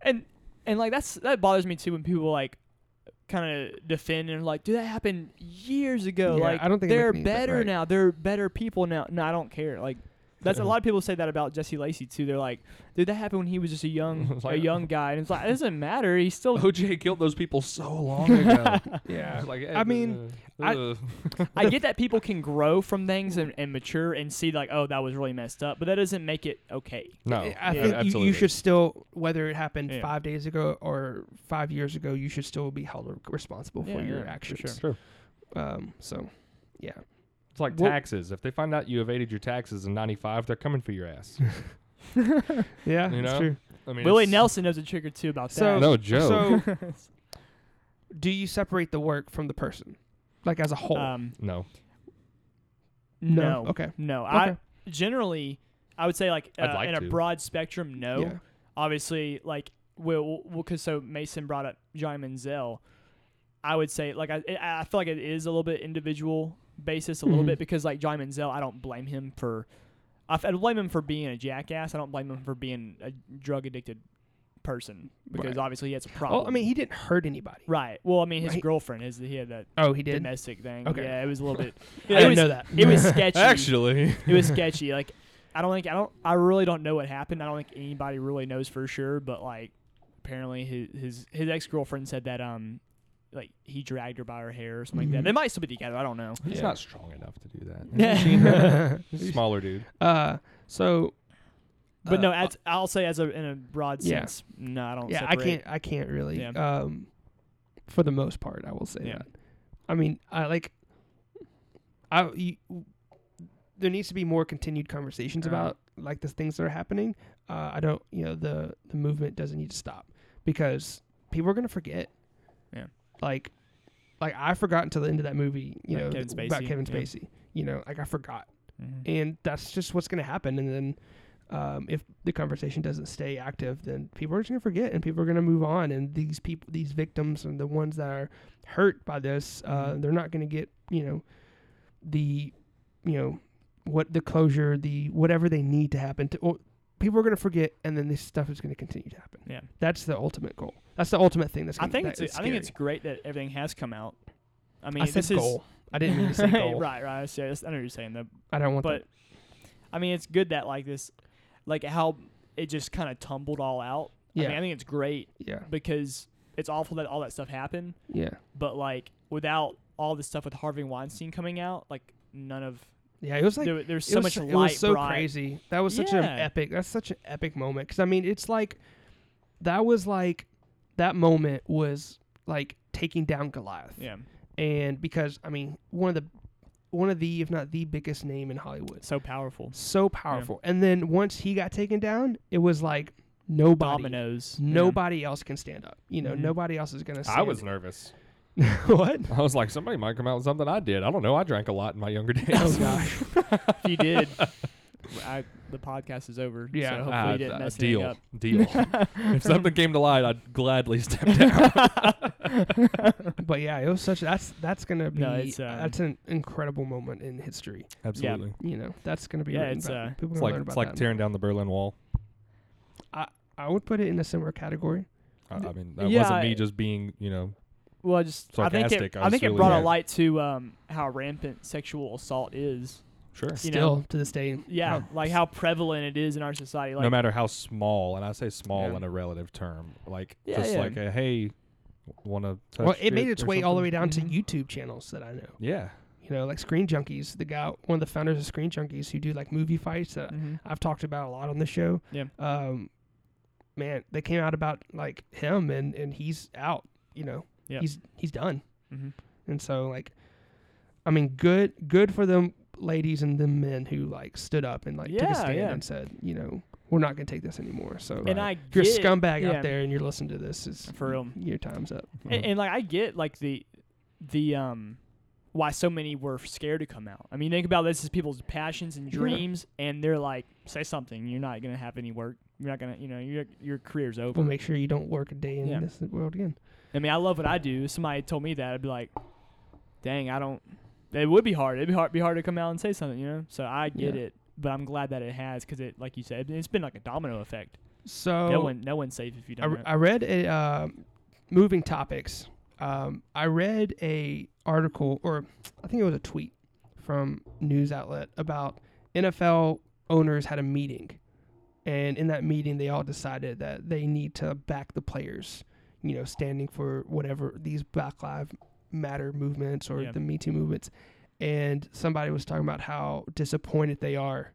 S3: and and like that's that bothers me too when people like kind of defend and like, dude, that happened years ago.
S1: Yeah,
S3: like,
S1: I don't think it
S3: they're
S1: makes any- but
S3: better
S1: right.
S3: now. They're better people now. No, I don't care. Like. That's a lot of people say that about Jesse Lacey too. They're like, dude, that happened when he was just a young,
S2: It's like-
S3: a young guy, and it's like it doesn't matter. He's still.
S2: OJ killed those people so long ago.
S1: yeah.
S2: It's like, eh,
S1: I mean, I-
S2: uh,
S3: I get that people can grow from things and, and mature and see like, oh, that was really messed up, but that doesn't make it okay.
S2: no,
S1: I
S2: Oh, yeah,
S1: think you- you,
S2: absolutely.
S1: should still, whether it happened
S3: Yeah.
S1: five days ago or five years ago, you should still be held responsible for
S3: Yeah,
S1: your
S3: yeah, for
S1: actions.
S2: It's true.
S1: Um, so, yeah,
S2: It's like
S1: Well-
S2: taxes. If they find out you evaded your taxes in '95, they're coming for your ass.
S1: yeah,
S2: You
S1: that's
S2: know?
S1: true.
S2: I mean,
S3: Willie
S2: it's-
S3: Nelson knows a trick or two about
S1: So-
S3: that.
S4: No joke.
S1: So, do you separate the work from the person, like as a whole?
S3: um,
S4: no.
S1: no.
S3: no.
S1: Okay.
S3: No,
S1: Okay.
S3: I generally I would say like,
S4: I'd
S3: uh,
S4: like
S3: in
S4: to.
S3: a broad spectrum, no.
S1: Yeah.
S3: Obviously, like we'll because so Mason brought up Johnny Manziel. I would say like I I I feel like it is a little bit individual basis a little
S1: Mhm.
S3: bit because like Johnny Manziel, I don't blame him for I f- I blame him for being a jackass. I don't blame him for being a drug addicted person because
S1: Right.
S3: obviously he has a problem.
S1: Oh, I mean, he didn't hurt anybody.
S3: right. Well, I mean his
S1: Right.
S3: girlfriend is he had that
S1: Oh, he did.
S3: domestic thing.
S1: Okay.
S3: Yeah, it was a little bit.
S1: I
S3: it
S1: didn't
S3: was,
S1: know that.
S3: It was sketchy
S4: Actually,
S3: it was sketchy. Like, I don't think I don't I really don't know what happened. I don't think anybody really knows for sure. But like, apparently his his, his ex girlfriend said that um, like he dragged her by her hair or something like that.
S1: Mhm.
S3: They might still be together. I don't know.
S2: He's
S4: Yeah.
S2: not strong enough to do that.
S3: Yeah.
S2: He's a smaller dude.
S1: uh, so.
S3: But
S1: uh,
S3: no, as, I'll say as a in a broad
S1: Yeah.
S3: sense, no, I don't.
S1: yeah, I
S3: separate.
S1: can't. I can't really.
S3: Yeah.
S1: Um, for the most part, I will say
S3: Yeah.
S1: that. I mean, I like. I you, there needs to be more continued conversations
S3: Uh.
S1: about like the things that are happening. Uh, I don't. You know, the the movement doesn't need to stop because people are gonna forget.
S3: Yeah.
S1: Like, like I forgot until the end of that movie. You
S3: About
S1: know,
S3: Kevin
S1: th- about
S3: Spacey,
S1: Kevin
S3: yeah.
S1: Spacey. You know, like I forgot
S3: Mhm.
S1: and that's just what's going to happen and then um, if the conversation doesn't stay active then people are just going to forget and people are going to move on and these people these victims and the ones that are hurt by this uh,
S3: Mhm.
S1: they're not going to get you know the you know what the closure the whatever they need to happen to or people are going to forget and then this stuff is going to continue to happen
S3: Yeah.
S1: that's the ultimate goal that's the ultimate thing that's
S3: I
S1: gonna,
S3: think
S1: that
S3: it's
S1: is
S3: I think
S1: scary.
S3: it's great that everything has come out. I mean,
S1: I said
S3: this is
S1: goal I didn't mean to say goal
S3: right, right. I see. I know what you're saying. The
S1: I don't want
S3: but I mean, it's good that like this, like how it just kind of tumbled all out.
S1: Yeah.
S3: I mean, I think it's great
S1: that yeah
S3: because it's awful that all that stuff happened,
S1: yeah
S3: but like without all this stuff with Harvey Weinstein coming out, like none of
S1: yeah it was like
S3: there, there's
S1: It
S3: so
S1: was
S3: much
S1: so-
S3: light.
S1: It was so
S3: brought-
S1: crazy. That was such an
S3: Yeah.
S1: epic. That's such an epic moment. Because I mean, it's like that was like that moment was like taking down Goliath.
S3: Yeah,
S1: And because I mean, one of the one of the if not the biggest name in Hollywood.
S3: so powerful.
S1: So powerful. And then once he got taken down, it was like nobody.
S3: Dominoes. you know?
S1: Nobody else can stand up. You know,
S3: Mhm.
S1: nobody else is gonna. Stand
S2: I was nervous.
S1: what?
S2: I was like, somebody might come out with something I did. I don't know. I drank a lot in my younger days.
S1: Oh gosh.
S3: If you did, I, the podcast is over.
S1: Yeah,
S3: so hopefully
S2: Ah,
S3: you didn't
S2: uh,
S3: mess anything
S2: deal, deal. if something came to light, I'd gladly step down.
S3: up.
S1: But yeah, it was such. That's that's gonna be.
S3: No, it's, um,
S1: that's an incredible moment in history.
S2: Absolutely.
S1: you know that's going to be
S3: Yeah,
S1: written
S3: it's,
S1: about.
S3: uh,
S1: People
S2: It's
S1: gonna
S2: like
S1: learn
S2: it's
S1: about
S2: like
S1: that.
S2: tearing down the Berlin Wall.
S1: I would put it in a similar category.
S2: I, I mean, that
S3: Yeah,
S2: wasn't me
S3: I-
S2: just being, you know,
S3: Well, I just I think
S2: Sarcastic,
S3: it,
S2: I
S3: I,
S2: was
S3: think
S2: really
S3: it brought
S2: mad.
S3: a light to um, how rampant sexual assault is.
S2: sure.
S3: You
S1: Still
S3: know,
S1: to this day,
S3: yeah,
S1: how-
S3: like how prevalent it is in our society. Like,
S2: no matter how small, and I say small
S3: Yeah.
S2: in a relative term, like
S3: Yeah,
S2: just
S3: yeah.
S2: like a hey, want to.
S1: well, it made its way all the way down
S3: Mhm.
S1: to YouTube channels that I know.
S2: Yeah,
S1: You know, like Screen Junkies, the guy, one of the founders of Screen Junkies, who do like movie fights that
S3: Mhm.
S1: I've talked about a lot on the show.
S3: Yeah.
S1: Um, man, they came out about like him, and and he's out. You know,
S3: Yeah.
S1: he's he's done,
S3: Mhm.
S1: and so like, I mean, good good for them ladies and them men who like stood up and like took
S3: Yeah,
S1: a stand
S3: yeah.
S1: and said, you know, we're not gonna take this anymore. So
S2: Right.
S3: And I
S1: if you're
S3: get,
S1: a scumbag
S3: yeah.
S1: out there and you're listening to this, it's
S3: For real.
S1: Your time's up.
S3: and, and, like I get like the the um why so many were scared to come out. I mean, think about this as people's passions and
S1: Yeah.
S3: dreams, and they're like, say something, you're not gonna have any work. You're not gonna, you know, your your career's over.
S1: We'll make sure you don't work a day in
S3: Yeah.
S1: this world again.
S3: I mean, I love what I do. If somebody told me that, I'd be like, dang, I don't. It would be hard. It'd be hard. Be hard to come out and say something, you know. So I get
S1: Yeah.
S3: it, but I'm glad that it has because it, like you said, it's been like a domino effect.
S1: So
S3: no one, no one's safe if you
S1: I,
S3: don't. know.
S1: I read a uh, moving topics. Um, I read a article, or I think it was a tweet from news outlet about NFL owners had a meeting, and in that meeting they all decided that they need to back the players. You know, standing for whatever these Black Lives Matter movements or
S3: Yeah.
S1: the Me Too movements, and somebody was talking about how disappointed they are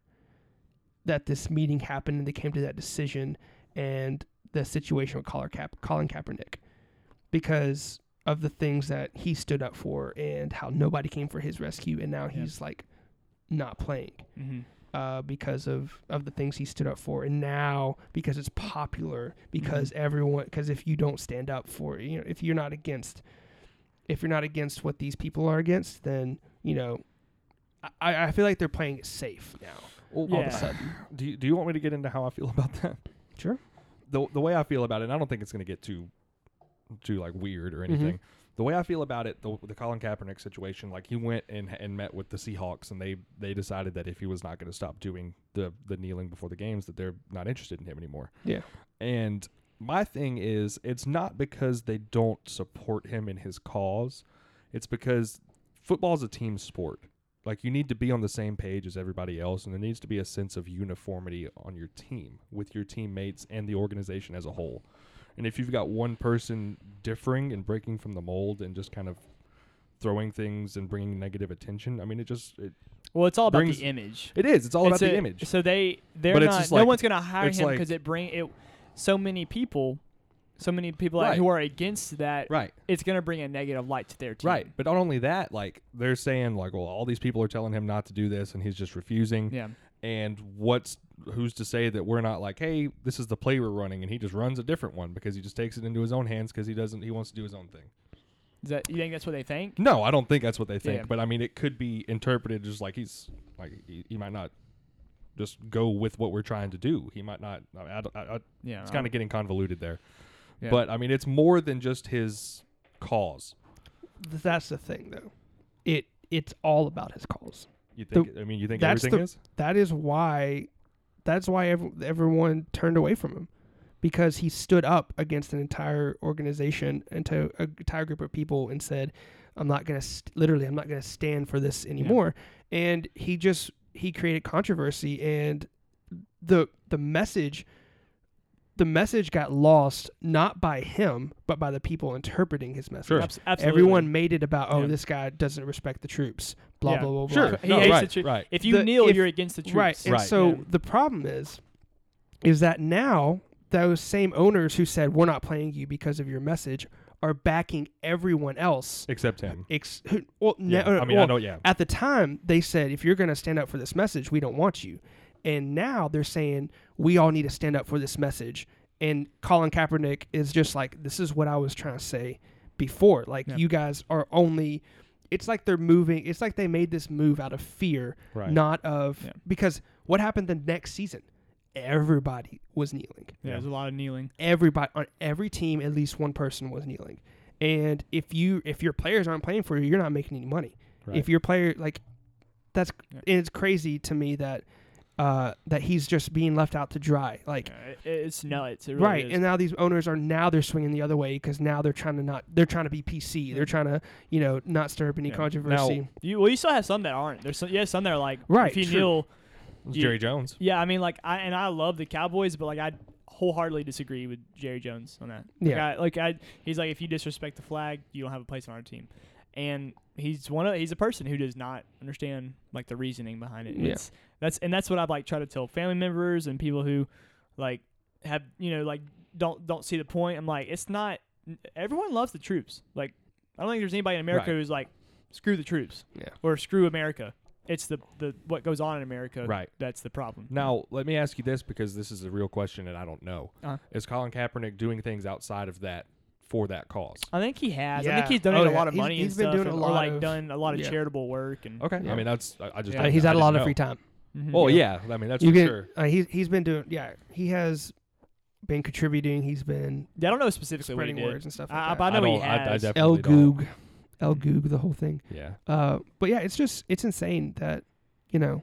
S1: that this meeting happened and they came to that decision and the situation with Colin, Ka- Colin Kaepernick because of the things that he stood up for and how nobody came for his rescue and now
S3: Yeah.
S1: he's like not playing.
S3: Mhm.
S1: uh, because of, of the things he stood up for, and now because it's popular, because
S3: Mm-hmm.
S1: everyone, because if you don't stand up for, you know, if you're not against, if you're not against what these people are against, then you know, I, I feel like they're playing it safe now.
S2: Well,
S1: All of a
S3: Yeah.
S1: sudden,
S2: Do you, do you want me to get into how I feel about that?
S1: Sure.
S2: The the way I feel about it, and I don't think it's going to get too too like weird
S1: Mm-hmm.
S2: or anything. The way I feel about it, the, the Colin Kaepernick situation, like he went and and met with the Seahawks, and they they decided that if he was not going to stop doing the the kneeling before the games, that they're not interested in him anymore.
S1: Yeah.
S2: And my thing is, it's not because they don't support him in his cause. It's because football is a team sport. Like you need to be on the same page as everybody else, and there needs to be a sense of uniformity on your team with your teammates and the organization as a whole. And if you've got one person differing and breaking from the mold and just kind of throwing things and bringing negative attention, I mean, it just it,
S3: Well, it's all about
S2: Brings-
S3: the image.
S2: it is. It's all
S3: It's
S2: about the
S3: a-
S2: image.
S3: So they they're
S2: But it's
S3: not.
S2: just
S3: no
S2: like-
S3: one's gonna hire
S2: it's
S3: him
S2: like-
S3: because it bring it. So many people, so many people out
S2: Right.
S3: who are against that.
S2: Right.
S3: It's gonna bring a negative light to their team.
S2: Right. But not only that, like they're saying like, well, all these people are telling him not to do this and he's just refusing.
S3: Yeah.
S2: And what's who's to say that we're not like, hey, this is the play we're running and he just runs a different one because he just takes it into his own hands because he doesn't he wants to do his own thing.
S3: Is that you think that's what they think?
S2: No, I don't think that's what they think,
S3: Yeah.
S2: but I mean it could be interpreted just like he's like he, he might not just go with what we're trying to do. He might not I, I, I, I-
S3: Yeah.
S2: it's kind of getting convoluted there.
S3: Uh-huh. Yeah.
S2: But I mean it's more than just his cause.
S1: Th- that's the thing, though. It it's all about his calls.
S2: You think I mean you think
S1: that's
S2: everything
S1: the-
S2: is?
S1: that is why that's why ev- everyone turned away from him because he stood up against an entire organization and to an entire group of people and said i'm not going to st- literally i'm not going to stand for this anymore and he just he created controversy and the the message the message got lost not by him but by the people interpreting his message
S2: Sure.
S3: Abs- absolutely.
S1: everyone made it about oh
S3: Yeah.
S1: this guy doesn't respect the troops blah
S3: Yeah.
S1: blah blah blah
S2: Sure.
S3: He
S2: no,
S3: hates
S2: Oh, right,
S3: the truth.
S2: right.
S3: If you
S1: the-
S3: kneel,
S1: if-
S3: you're against the troops.
S1: Right. And
S2: Right.
S1: so
S3: Yeah.
S1: the problem is, is that now those same owners who said we're not playing you because of your message are backing everyone else.
S2: Except him.
S1: Ex- who- well, no,
S2: Yeah. I mean,
S1: well,
S2: I know. Yeah.
S1: at the time they said if you're going to stand up for this message, we don't want you. And now they're saying we all need to stand up for this message. And Colin Kaepernick is just like, this is what I was trying to say before. Like
S3: Yeah.
S1: you guys are only. It's like they're moving. It's like they made this move out of fear
S2: Right.
S1: not of
S3: Yeah.
S1: because what happened the next season everybody was kneeling
S3: Yeah, there's a lot of kneeling.
S1: everybody on every team at least one person was kneeling and if you if your players aren't playing for you you're not making any money
S2: Right.
S1: if your player like that's
S3: Yeah.
S1: it's crazy to me that uh that he's just being left out to dry like
S3: Yeah, it- it's nuts. It really
S1: right
S3: is.
S1: and now these owners are now they're swinging the other way because now they're trying to not they're trying to be pc they're trying to you know not stir up any
S3: Yeah.
S1: controversy
S3: you well, you still have some that aren't. There's some, yeah, some that are like
S1: Right,
S3: If you
S1: true.
S3: kneel,
S2: It's
S3: you-
S2: Jerry Jones.
S3: Yeah, I mean, like, I and I love the Cowboys, but like, I wholeheartedly disagree with Jerry Jones on that.
S1: Yeah.
S3: like I, like, I he's like, if you disrespect the flag, you don't have a place on our team, and he's one of he's a person who does not understand like the reasoning behind it.
S1: Yeah.
S3: It's, that's and that's what I've like try to tell family members and people who, like, have you know like don't don't see the point. I'm like, it's not. Everyone loves the troops. Like, I don't think there's anybody in America
S2: Right.
S3: who's like, screw the troops.
S1: Yeah.
S3: Or screw America. It's the, the what goes on in America
S2: Right.
S3: that's the problem.
S2: Now, let me ask you this because this is a real question and I don't know.
S3: Uh-huh.
S2: Is Colin Kaepernick doing things outside of that for that cause?
S3: I think he has. I
S1: Yeah.
S3: think he's donated
S1: Oh, yeah.
S3: a lot of
S1: He's-
S3: money
S1: he's
S3: and
S1: been
S3: stuff,
S1: doing a
S3: and- or
S1: lot
S3: like
S1: of-
S3: done a lot of
S1: yeah.
S3: charitable work and
S2: Okay.
S1: Yeah.
S2: I mean, that's I, I just
S3: Yeah.
S1: Uh,
S2: didn't-
S1: he's
S2: I
S1: had a lot
S2: didn't
S1: of free
S2: know.
S1: time
S3: Mhm.
S2: Well,
S1: Yeah.
S2: yeah. I mean, that's
S1: you
S2: for
S1: can,
S2: sure.
S1: uh, he's he's been doing yeah he has been contributing he's been
S3: Yeah, I don't know specifically what he
S1: spreading
S3: did.
S1: words and stuff
S3: I-
S1: like
S3: but
S1: that.
S3: know he
S2: don't- I, I
S3: has.
S2: definitely
S1: El
S2: don't.
S1: Goog, El
S3: Mm.
S1: Goog, the whole thing.
S2: Yeah.
S1: Uh, but yeah, it's just it's insane that you know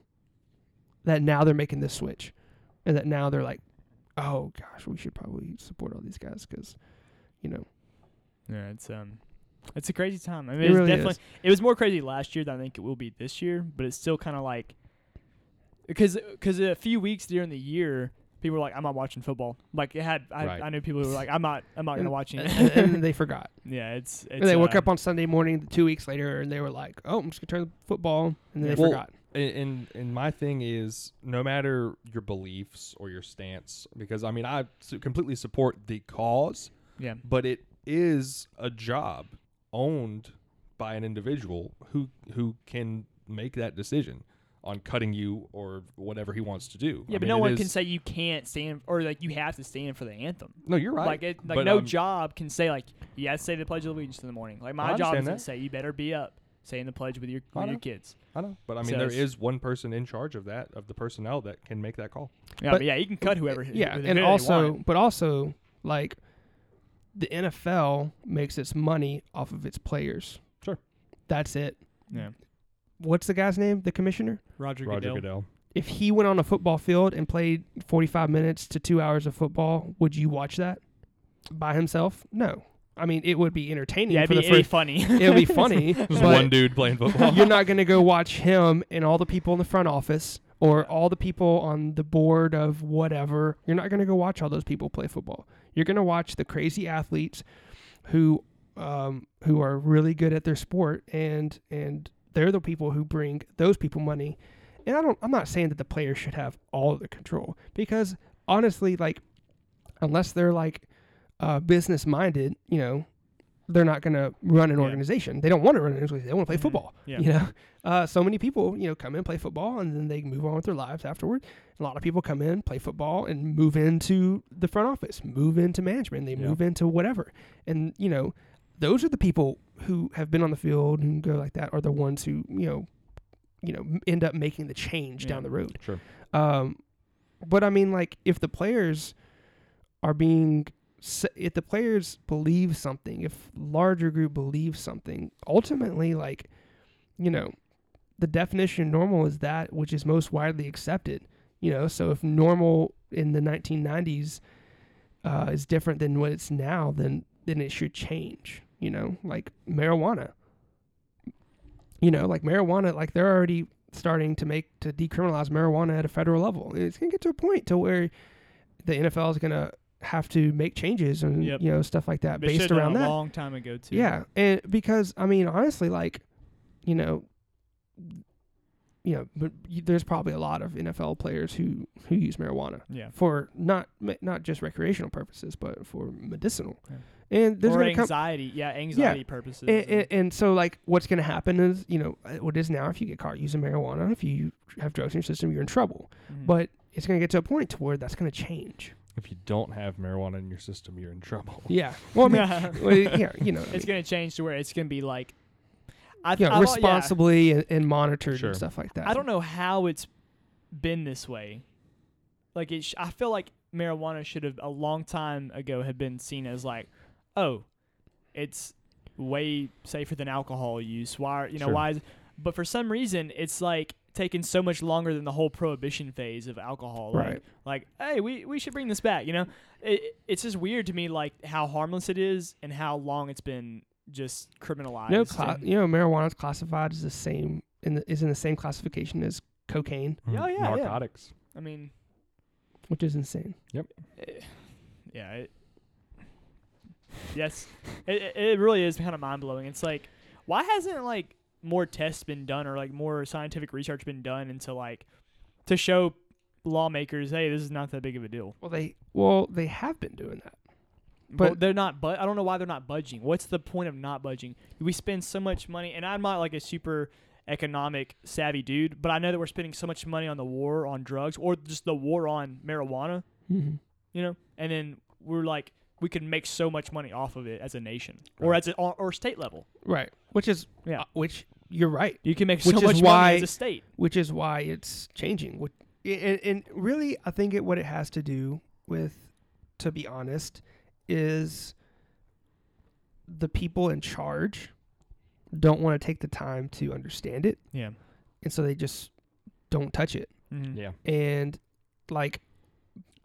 S1: that now they're making this switch, and that now they're like, oh gosh, we should probably support all these guys because you know
S3: Yeah, it's um, it's a crazy time. I mean,
S1: It
S3: it's
S1: really
S3: definitely
S1: is.
S3: it was more crazy last year than I think it will be this year, but it's still kind of like because because a few weeks during the year. People were like, "I'm not watching football." Like it had, I,
S2: Right.
S3: I knew people who were like, "I'm not, I'm not gonna watch
S1: and,
S3: it."
S1: and they forgot.
S3: yeah, it's, it's
S1: and they woke
S3: uh,
S1: up on Sunday morning two weeks later, and they were like, oh, I'm just gonna turn the football, and then they
S2: Well,
S1: forgot.
S2: And, and and my thing is no matter your beliefs or your stance because I mean, I su- completely support the cause,
S3: Yeah,
S2: but it is a job owned by an individual who who can make that decision. on cutting you or whatever he wants to do.
S3: Yeah,
S2: I
S3: but
S2: mean,
S3: no
S2: it
S3: one
S2: is-
S3: can say you can't stand or like you have to stand for the anthem.
S2: No, you're right.
S3: Like it, like
S2: But um,
S3: no
S2: I'm-
S3: job can say like you have to say the Pledge of Allegiance in the morning. Like my
S2: I
S3: job
S2: understand
S3: is to
S2: that.
S3: say you better be up saying the pledge with your
S2: I
S3: with your
S2: know.
S3: kids.
S2: I know, but I mean, there
S3: says-
S2: is one person in charge of that of the personnel that can make that call.
S3: Yeah,
S1: But-
S3: but, yeah, you can cut whoever. who-
S1: Eh, yeah,
S3: who-
S1: and
S3: who they
S1: also,
S3: want.
S1: but also, like the NFL makes its money off of its players.
S2: Sure.
S1: That's it.
S3: yeah,
S1: What's the guy's name? The commissioner?
S4: Roger,
S2: Roger
S4: Goodell.
S2: Goodell.
S1: If he went on a football field and played 45 minutes to two hours of football, would you watch that by himself? No. I mean, it would be entertaining
S3: yeah, it'd
S1: for
S3: be,
S1: the
S3: it'd be
S1: first.
S3: funny.
S1: It would be funny.
S2: Just
S1: but-
S2: one dude playing football.
S1: you're not going to go watch him and all the people in the front office or all the people on the board of whatever. You're not going to go watch all those people play football. You're going to watch the crazy athletes who um, who are really good at their sport and and they're the people who bring those people money. And I don't I'm not saying that the players should have all the control because honestly like unless they're like uh, business minded, you know, they're not going to run an
S3: Yeah.
S1: organization. They don't want to run an organization. They want to play
S3: Mhm.
S1: football
S3: yeah,
S1: you know uh, so many people you know come in play football and then they move on with their lives afterward a lot of people come in play football and move into the front office move into management they
S2: Yeah.
S1: move into whatever and you know those are the people who have been on the field and go like that are the ones who you know you know m- end up making the change
S3: Yeah.
S1: down the road
S2: Sure.
S1: um but i mean like if the players are being s- if the players believe something if larger group believes something ultimately like you know, the definition of normal is that which is most widely accepted. You know, so if normal in the 1990s uh, is different than what it's now, then then it should change. You know, like marijuana. You know, like marijuana, like they're already starting to make to decriminalize marijuana at a federal level. It's gonna get to a point to where the NFL is gonna have to make changes and
S4: Yep.
S1: you know stuff like that
S4: They
S1: based
S4: should've done
S1: around
S4: a
S1: that.
S4: long time ago too.
S1: Yeah, and because I mean, honestly, like, you know, you know, but y- there's probably a lot of NFL players who who use marijuana
S3: yeah.
S1: for not ma- not just recreational purposes, but for medicinal.
S3: Yeah.
S1: And there's
S3: or
S1: gonna come.
S3: anxiety, yeah, anxiety purposes.
S1: And, and,
S3: and-
S1: and so, like, what's going to happen is, you know, uh, what it is now, if you get caught using marijuana, if you have drugs in your system, you're in trouble.
S3: mhm.
S1: But it's going to get to a point to where that's going to change.
S2: if you don't have marijuana in your system, you're in trouble.
S1: Yeah. Well, I mean, well, yeah, you know. what I
S3: it's
S1: mean.
S3: gonna change to where it's gonna be like, I,
S1: You know,
S3: I, yeah.
S1: responsibly and, and monitored
S2: Sure.
S1: and stuff like that.
S3: I don't know how it's been this way. Like it, sh- I feel like marijuana should have a long time ago have been seen as like, oh, it's way safer than alcohol use. Why, are- you know,
S2: Sure.
S3: why? Is, but for some reason, it's like taken so much longer than the whole prohibition phase of alcohol. Like,
S1: Right.
S3: like hey, we we should bring this back. You know, it, it's just weird to me like how harmless it is and how long it's been just criminalized.
S1: No, cla-
S3: and-
S1: you know, marijuana is classified as the same in the, is in the same classification as cocaine,
S2: Mhm.
S3: Oh, yeah, yeah.
S2: narcotics.
S3: I mean.
S1: which is insane.
S3: it- yeah. It, yes, it, it- it really is kind of mind blowing. It's like, why hasn't like more tests been done or like more scientific research been done into like to show lawmakers, hey, this is not that big of a deal.
S1: Well, they well they have been doing that.
S3: But
S1: But-
S3: they're not. But I don't know why they're not budging. What's the point of not budging? We spend so much money, and I'm not like a super economic savvy dude, but I know that we're spending so much money on the war on drugs or just the war on marijuana.
S1: Mm-hmm.
S3: you know and then we're like we could make so much money off of it as a nation or
S2: Right.
S3: as a, or, or state level
S1: Right, which is
S3: Yeah.
S1: uh, which you're right,
S3: you can make
S1: Which
S3: so
S1: is
S3: much
S1: why-
S3: money as a state
S1: which is why it's changing. Which and, and really, I think it what it has to do with, to be honest, is the people in charge don't want to take the time to understand it,
S3: yeah
S1: and so they just don't touch it.
S3: Mm-hmm.
S2: Yeah,
S1: and like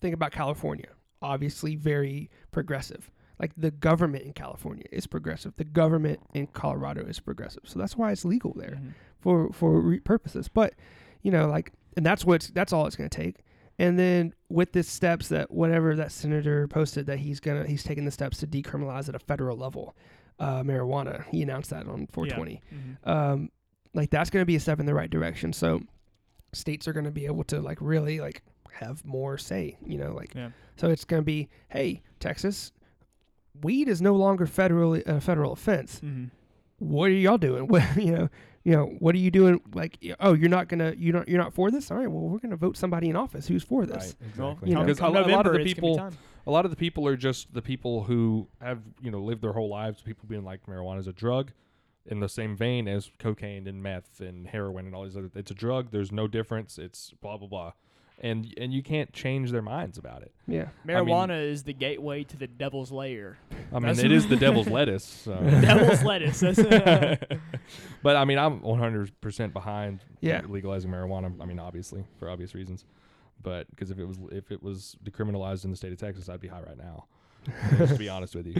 S1: think about California, obviously very progressive. Like the government in California is progressive. The government in Colorado is progressive. So that's why it's legal there
S3: Mm-hmm.
S1: for for re- purposes. But you know, like, and that's what's that's all it's going to take. And then with the steps that whatever that senator posted that he's gonna he's taking the steps to decriminalize at a federal level uh, marijuana. He announced that on 420 um, like that's going to be a step in the right direction. So states are going to be able to like really like have more say, you know, like
S3: Yeah.
S1: so it's going to be,
S3: Mm-hmm.
S1: hey, Texas, weed is no longer federally a federal offense. what are y'all doing? What you know, you know, what are you doing? Like, y- oh, you're not gonna, you don't, you're not for this. All right, well, we're gonna vote somebody in office who's for this.
S2: Right,
S3: Well,
S2: exactly.
S1: you know,
S3: come-
S2: Because
S3: come
S2: a, a lot of
S3: November, it's
S2: the
S3: gonna be
S2: people,
S3: time.
S2: a lot of the people are just the people who have you know lived their whole lives. People being like marijuana is a drug, in the same vein as cocaine and meth and heroin and all these other. It's a drug. There's no difference. It's blah blah blah, and and you can't change their minds about it.
S1: Yeah,
S2: I mean-
S3: marijuana is the gateway to the devil's lair.
S2: I mean,
S3: That's-
S2: it is the devil's lettuce. So.
S3: devil's lettuce. That's-
S2: but I mean, I'm 100% behind
S1: Yeah.
S2: legalizing marijuana. I mean, obviously for obvious reasons, but because if it was if it was decriminalized in the state of Texas, I'd be high right now. just to be honest with you,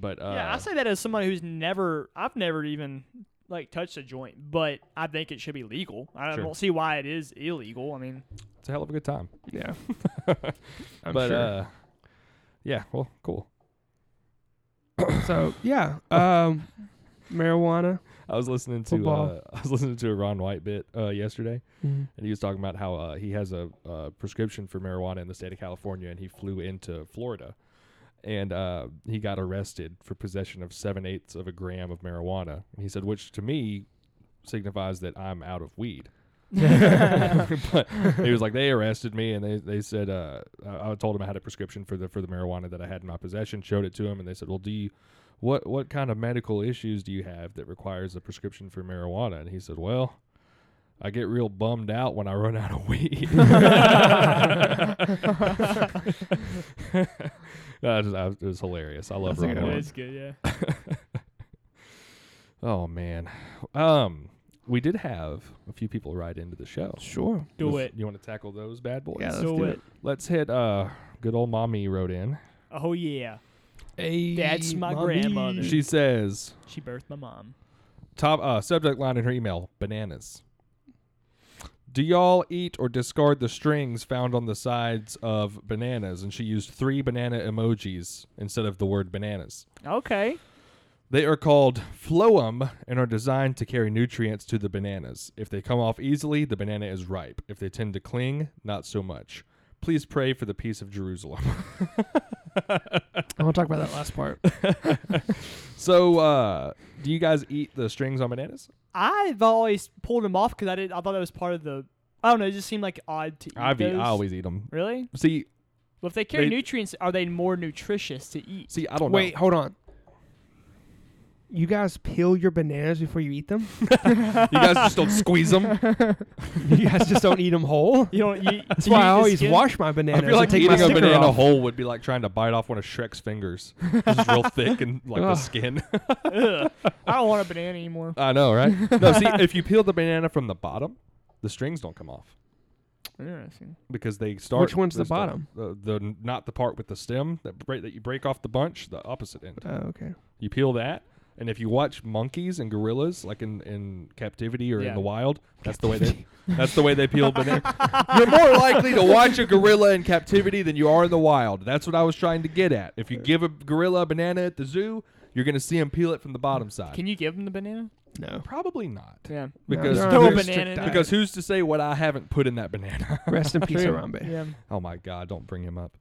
S2: but uh,
S3: yeah, I say that as somebody who's never, I've never even like touched a joint, but I think it should be legal. I
S2: Sure.
S3: don't see why it is illegal. I mean,
S2: it's a hell of a good time.
S1: yeah. I'm
S2: but
S1: sure.
S2: uh, yeah, well, cool.
S1: so yeah, um, marijuana.
S2: I was listening to uh,
S1: Football.
S2: I was listening to a Ron White bit uh, yesterday, and he was talking about how uh, he has a, uh prescription for marijuana in the state of California, and he flew into Florida, and uh, he got arrested for possession of seven eighths of a gram of marijuana. And he said, which to me signifies that I'm out of weed. but he was like, they arrested me, and they they said uh, I I told him I had a prescription for the for the marijuana that I had in my possession. Showed it to him, and they said, well, do you what what kind of medical issues do you have that requires a prescription for marijuana? And he said, well. I get real bummed out when I run out of weed. That is- that- it was hilarious. I love
S1: That's a
S2: Ron
S1: good
S2: White.
S1: one.
S3: it's good. Yeah,
S2: Oh man, um, we did have a few people right into the show.
S1: Sure.
S3: do
S2: Let's-
S3: it.
S2: You want to tackle those bad boys?
S1: Yeah, let's
S3: do
S1: do
S3: it.
S1: it.
S2: Let's hit. Uh, good old mommy wrote in.
S3: Oh yeah,
S1: Hey,
S3: That's my
S1: mommy.
S3: grandmother.
S2: She says
S3: she birthed my mom.
S2: top uh, subject line in her email: bananas. Do y'all eat or discard the strings found on the sides of bananas? And she used three banana emojis instead of the word bananas.
S3: Okay.
S2: They are called phloem and are designed to carry nutrients to the bananas. If they come off easily, the banana is ripe. If they tend to cling, not so much. Please pray for the peace of Jerusalem.
S1: I want to talk about that last part.
S2: so, uh, do you guys eat the strings on bananas?
S3: I've always pulled them off because I did. I thought that was part of the. I don't know. It just seemed like odd to eat
S2: I've eat,
S3: those.
S2: I always eat them.
S3: Really?
S2: See,
S3: Well, if they carry
S2: They-
S3: nutrients, are they more nutritious to eat?
S2: see, I don't
S1: Wait,
S2: know.
S1: hold on. You guys peel your bananas before you eat them?
S2: You guys just don't squeeze them.
S1: you guys just don't eat them whole?
S3: You don't. You,
S1: That's
S3: you
S1: why
S3: eat
S1: I
S3: the
S1: always
S3: skin?
S1: wash my
S2: I
S1: bananas.
S2: feel
S1: and
S2: like
S1: take my
S2: eating a
S1: sticker
S2: banana
S1: off.
S2: whole would be like trying to bite off one of Shrek's fingers. It's just real thick and like the
S1: Ugh.
S2: skin.
S3: Ugh. I don't want a banana anymore.
S2: I know, right? No, see, if you peel the banana from the bottom, the strings don't come off.
S3: Interesting.
S2: because they start.
S1: one's the
S2: they start-
S1: bottom?
S2: The, the not the part with the stem that break that you break off the bunch, the opposite end.
S1: Oh, okay.
S2: You peel that, and if you watch monkeys and gorillas, like in, in captivity or
S3: Yeah.
S2: in the wild, that's the way they that's the way they peel banana. You're more likely to watch a gorilla in captivity than you are in the wild. That's what I was trying to get at. If you give a gorilla a banana at the zoo, you're going to see him peel it from the bottom side.
S3: Can you give them the banana?
S1: No.
S2: Probably not.
S3: Yeah.
S2: Because
S1: they're on
S3: Throw a
S1: a strict
S3: banana in
S1: diet.
S2: Because who's to say what I haven't put in that banana?
S1: rest in peace,
S3: True.
S1: Arambe.
S3: Yeah.
S2: Oh my god, don't bring him up.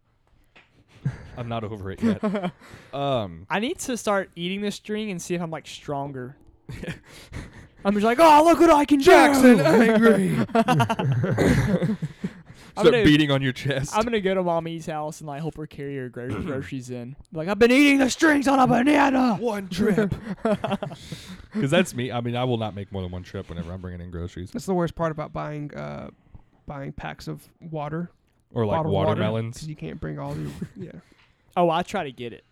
S2: I'm not over it yet. Um
S3: I need to start eating this string and see if I'm like stronger. I'm just like, oh, look what I can do.
S2: angry.
S3: I'm
S2: Start
S3: gonna-
S2: beating on your chest.
S3: I'm gonna go to mommy's house and like help her carry her gro- groceries in. Like I've been eating the strings on a banana.
S2: one trip. Because that's me. I mean, I will not make more than one trip whenever I'm bringing in groceries
S1: That's the worst part about buying uh, buying packs of water
S2: or like
S1: Bottled water.
S2: watermelons.
S1: because you can't bring all the yeah.
S3: Oh, I try to get it.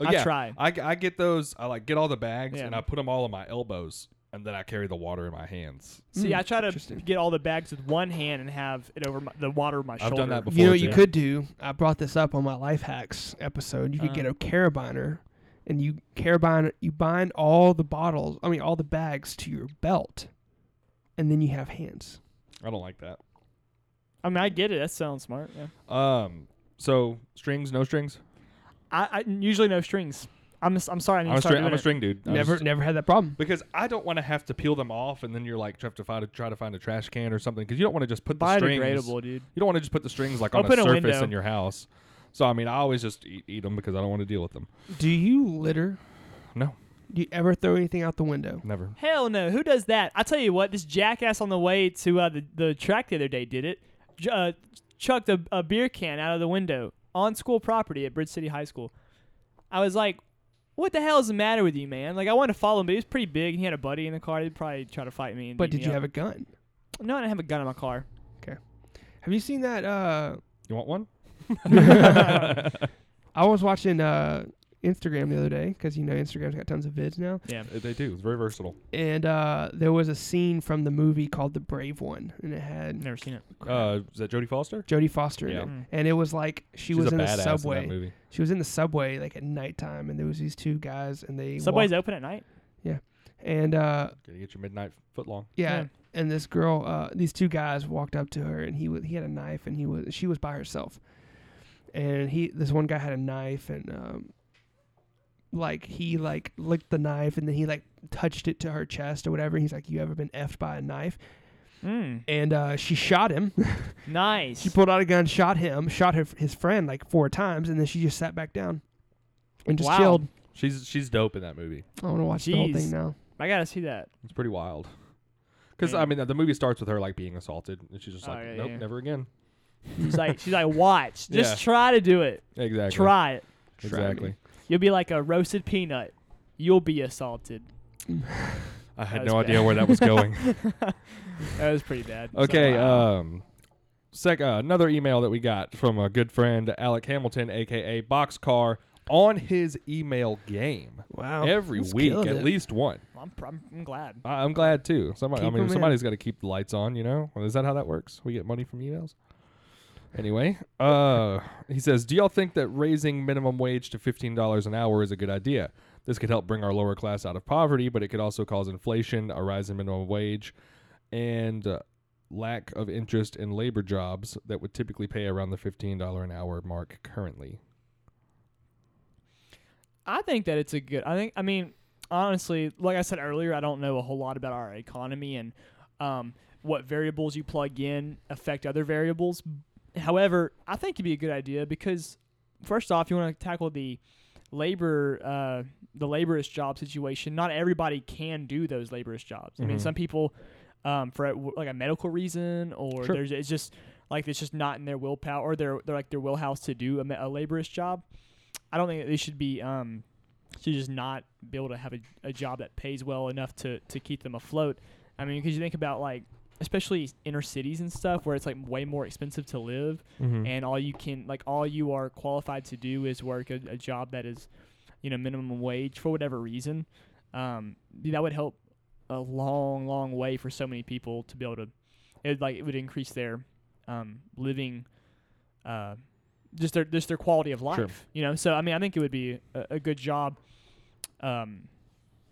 S2: Oh,
S3: I
S2: yeah,
S3: try.
S2: I, I get those. I like get all the bags
S3: Yeah.
S2: and I put them all on my elbows, and then I carry the water in my hands.
S3: See,
S1: Mm,
S3: I try to
S1: interesting.
S3: get all the bags with one hand and have it over my, the water of my
S2: I've
S3: shoulder.
S2: done that before.
S1: You know what you
S2: too.
S1: could do? I brought this up on my life hacks episode. You could get
S3: Uh.
S1: a carabiner, and you carabiner you bind all the bottles. I mean, all the bags to your belt, and then you have hands.
S2: I don't like that.
S3: I mean, I get it. That sounds smart. Yeah.
S2: Um. So strings, no strings.
S3: I, I usually no strings. I'm s- I'm sorry. I need
S2: I'm
S3: to
S2: a,
S3: start
S2: string, I'm
S3: doing
S2: a
S3: it.
S2: string dude. I
S1: never
S2: just-
S1: never had that problem.
S2: Because I don't want to have to peel them off, and then you're like try to find a, try to find a trash can or something. Because you don't want to just put the strings.
S3: Biodegradable, dude.
S2: You don't want to just put the strings like
S3: I'll
S2: on a
S3: put a
S2: surface
S3: window.
S2: in your house. So I mean, I always just eat, eat them because I don't want to deal with them.
S1: Do you litter?
S2: No.
S1: Do you ever throw anything out the window?
S2: Never.
S3: Hell no. Who does that? I tell you what, this jackass on the way to uh, the, the track the other day did it. J- uh, chucked a, a beer can out of the window on school property at Bridge City High School. I was like, what the hell is the matter with you, man? Like, I wanted to follow him, but he was pretty big and he had a buddy in the car. He'd probably try to fight me. And
S1: But did you have a gun?
S3: a. No, I didn't have a gun in my car.
S1: Have you seen that? Uh,
S2: You want one?
S1: I was watching uh, Instagram the other day because you know Instagram's got tons of vids now,
S3: Yeah.
S2: Uh, They do. It's very versatile.
S1: and uh, there was a scene from the movie called The Brave One, and it had
S3: Never seen it.
S2: Uh, is that Jodie Foster?
S1: Jodie Foster in
S2: Yeah.
S1: it,
S3: Mm.
S1: and it was like she
S2: She's
S1: was
S2: a
S1: in the
S2: badass
S1: subway.
S2: in that movie.
S1: she was in the subway like at nighttime, and there was these two guys, and they
S3: Subway's
S1: walked-
S3: open at night?
S1: and uh,
S2: Gotta get your midnight footlong.
S1: yeah, and this girl, uh, these two guys walked up to her, and he wa he had a knife, and he was she was by herself, and he this one guy had a knife, and um, like he like licked the knife, and then he like touched it to her chest or whatever. and he's like, "You ever been effed by a knife?"
S3: Yeah. Mm.
S1: And uh, she shot him.
S3: Nice.
S1: she pulled out a gun, shot him, shot her, his friend like four times, and then she just sat back down and just
S3: Wow.
S1: chilled.
S2: She's she's dope in that movie.
S1: I want to watch the whole
S3: Jeez.
S1: thing now.
S3: I gotta see that.
S2: It's pretty wild. Because
S3: Yeah.
S2: I mean, the movie starts with her like being assaulted, and she's just
S3: Oh,
S2: like,
S3: yeah,
S2: "Nope,
S3: yeah.
S2: never again."
S3: She's like, she's like, watch. Just
S2: Yeah.
S3: try to do it.
S2: Exactly.
S3: Try it.
S1: Try me.
S2: Exactly.
S3: You'll be like a roasted peanut. You'll be assaulted.
S2: I
S3: That
S2: had
S3: was
S2: no idea
S3: bad.
S2: where that was going.
S3: That was pretty bad.
S2: okay.
S3: So,
S2: Um, sec. Uh, another email that we got from a good friend, Alec Hamilton, aka Boxcar, on his email game
S1: Wow.
S2: every
S1: Oh, he's
S2: week,
S1: killing
S2: at
S1: it.
S2: least one.
S3: I'm, pr- I'm, I'm glad.
S2: I, I'm glad too. Somebody,
S1: Keep
S2: I
S1: 'em
S2: mean,
S1: in.
S2: somebody's got to keep the lights on, you know. Well, is that how that works? We get money from emails. Anyway, uh, he says, "Do y'all think that raising minimum wage to fifteen dollars an hour is a good idea? This could help bring our lower class out of poverty, but it could also cause inflation, a rise in minimum wage, and uh, lack of interest in labor jobs that would typically pay around the fifteen dollar an hour mark currently."
S3: I think that it's a good. I think. I mean, honestly, like I said earlier, I don't know a whole lot about our economy and um, what variables you plug in affect other variables. However, I think it'd be a good idea because first off, you want to tackle the labor uh, the laborist job situation. Not everybody can do those laborist jobs. I mean,
S2: Mhm.
S3: some people um, for a- like a medical reason or
S2: Sure.
S3: there's it's just like it's just not in their willpower or their they're like their wheelhouse to do a, ma- a laborist job. I don't think that they should be um, should just not be able to have a, a job that pays well enough to to keep them afloat. I mean, because you think about like especially inner cities and stuff where it's like way more expensive to live
S2: Mm-hmm.
S3: and all you can like all you are qualified to do is work a, a job that is you know minimum wage for whatever reason um that would help a long long way for so many people to be able to it like it would increase their um living uh just their just their quality of life
S2: Sure.
S3: you know so i mean i think it would be a, a good job um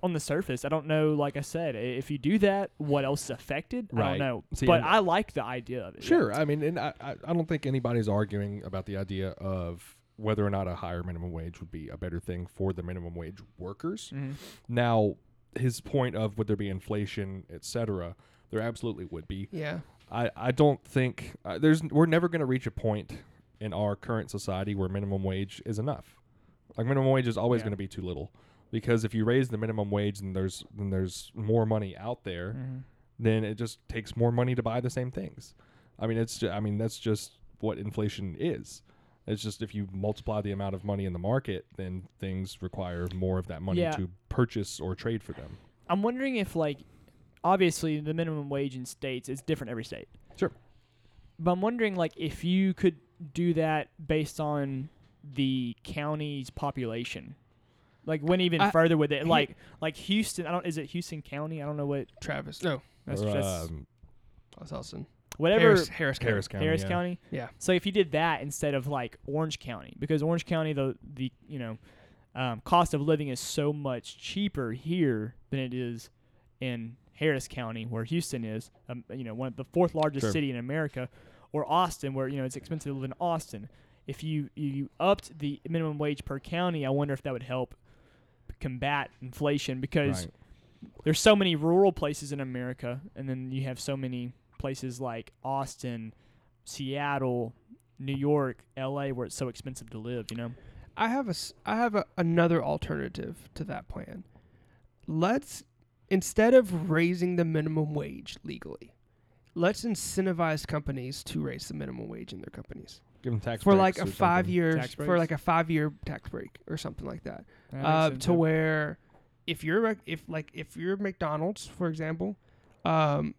S3: on the surface i don't know like i said i- if you do that what else is affected i
S2: Right.
S3: don't know
S2: See,
S3: but
S2: and-
S3: i like the idea of it yeah.
S2: Sure. I mean, and I, I I don't think anybody's arguing about the idea of whether or not a higher minimum wage would be a better thing for the minimum wage workers.
S3: Mhm.
S2: Now, his point of would there be inflation, et cetera, there absolutely would be.
S1: Yeah.
S2: I, I don't think uh, there's we're never going to reach a point in our current society where minimum wage is enough. Like minimum wage is always
S3: Yeah.
S2: going to be too little because if you raise the minimum wage then there's then there's more money out there
S3: Mhm.
S2: then it just takes more money to buy the same things. I mean, it's ju- I mean that's just what inflation is. It's just if you multiply the amount of money in the market, then things require more of that money
S3: Yeah.
S2: to purchase or trade for them.
S3: I'm wondering if like obviously the minimum wage in states is different every state.
S2: Sure.
S3: But I'm wondering like if you could do that based on the county's population. Like went even
S1: I-
S3: further with it.
S1: he-
S3: Like like Houston, I don't is it Houston County? I don't know what
S1: Travis. No,
S3: that's,
S2: Or,
S3: that's
S2: um,
S1: that's Elson.
S3: whatever
S1: Harris. Harris. County.
S2: Harris County.
S3: Harris
S2: yeah.
S3: County.
S1: Yeah.
S3: So if you did that instead of like Orange County, because Orange County the the you know um, cost of living is so much cheaper here than it is in Harris County, where Houston is, um, you know, one of the fourth largest
S2: Sure.
S3: city in America, or Austin, where you know it's expensive to live in Austin. If you you upped the minimum wage per county, I wonder if that would help combat inflation because
S2: Right.
S3: there's so many rural places in America, and then you have so many places like Austin, Seattle, New York, L.A., where it's so expensive to live. You know,
S1: I have a s- I have a, another alternative to that plan. let's instead of raising the minimum wage legally, let's incentivize companies to raise the minimum wage in their companies
S2: Give them tax
S1: for
S2: breaks
S1: like a
S2: or something.
S1: five year
S3: Tax
S1: for
S3: breaks?
S1: like a five year tax break or something like that
S3: That makes
S1: uh,
S3: sense,
S1: to
S3: yeah.
S1: where if you're rec- if like if you're McDonald's for example, um,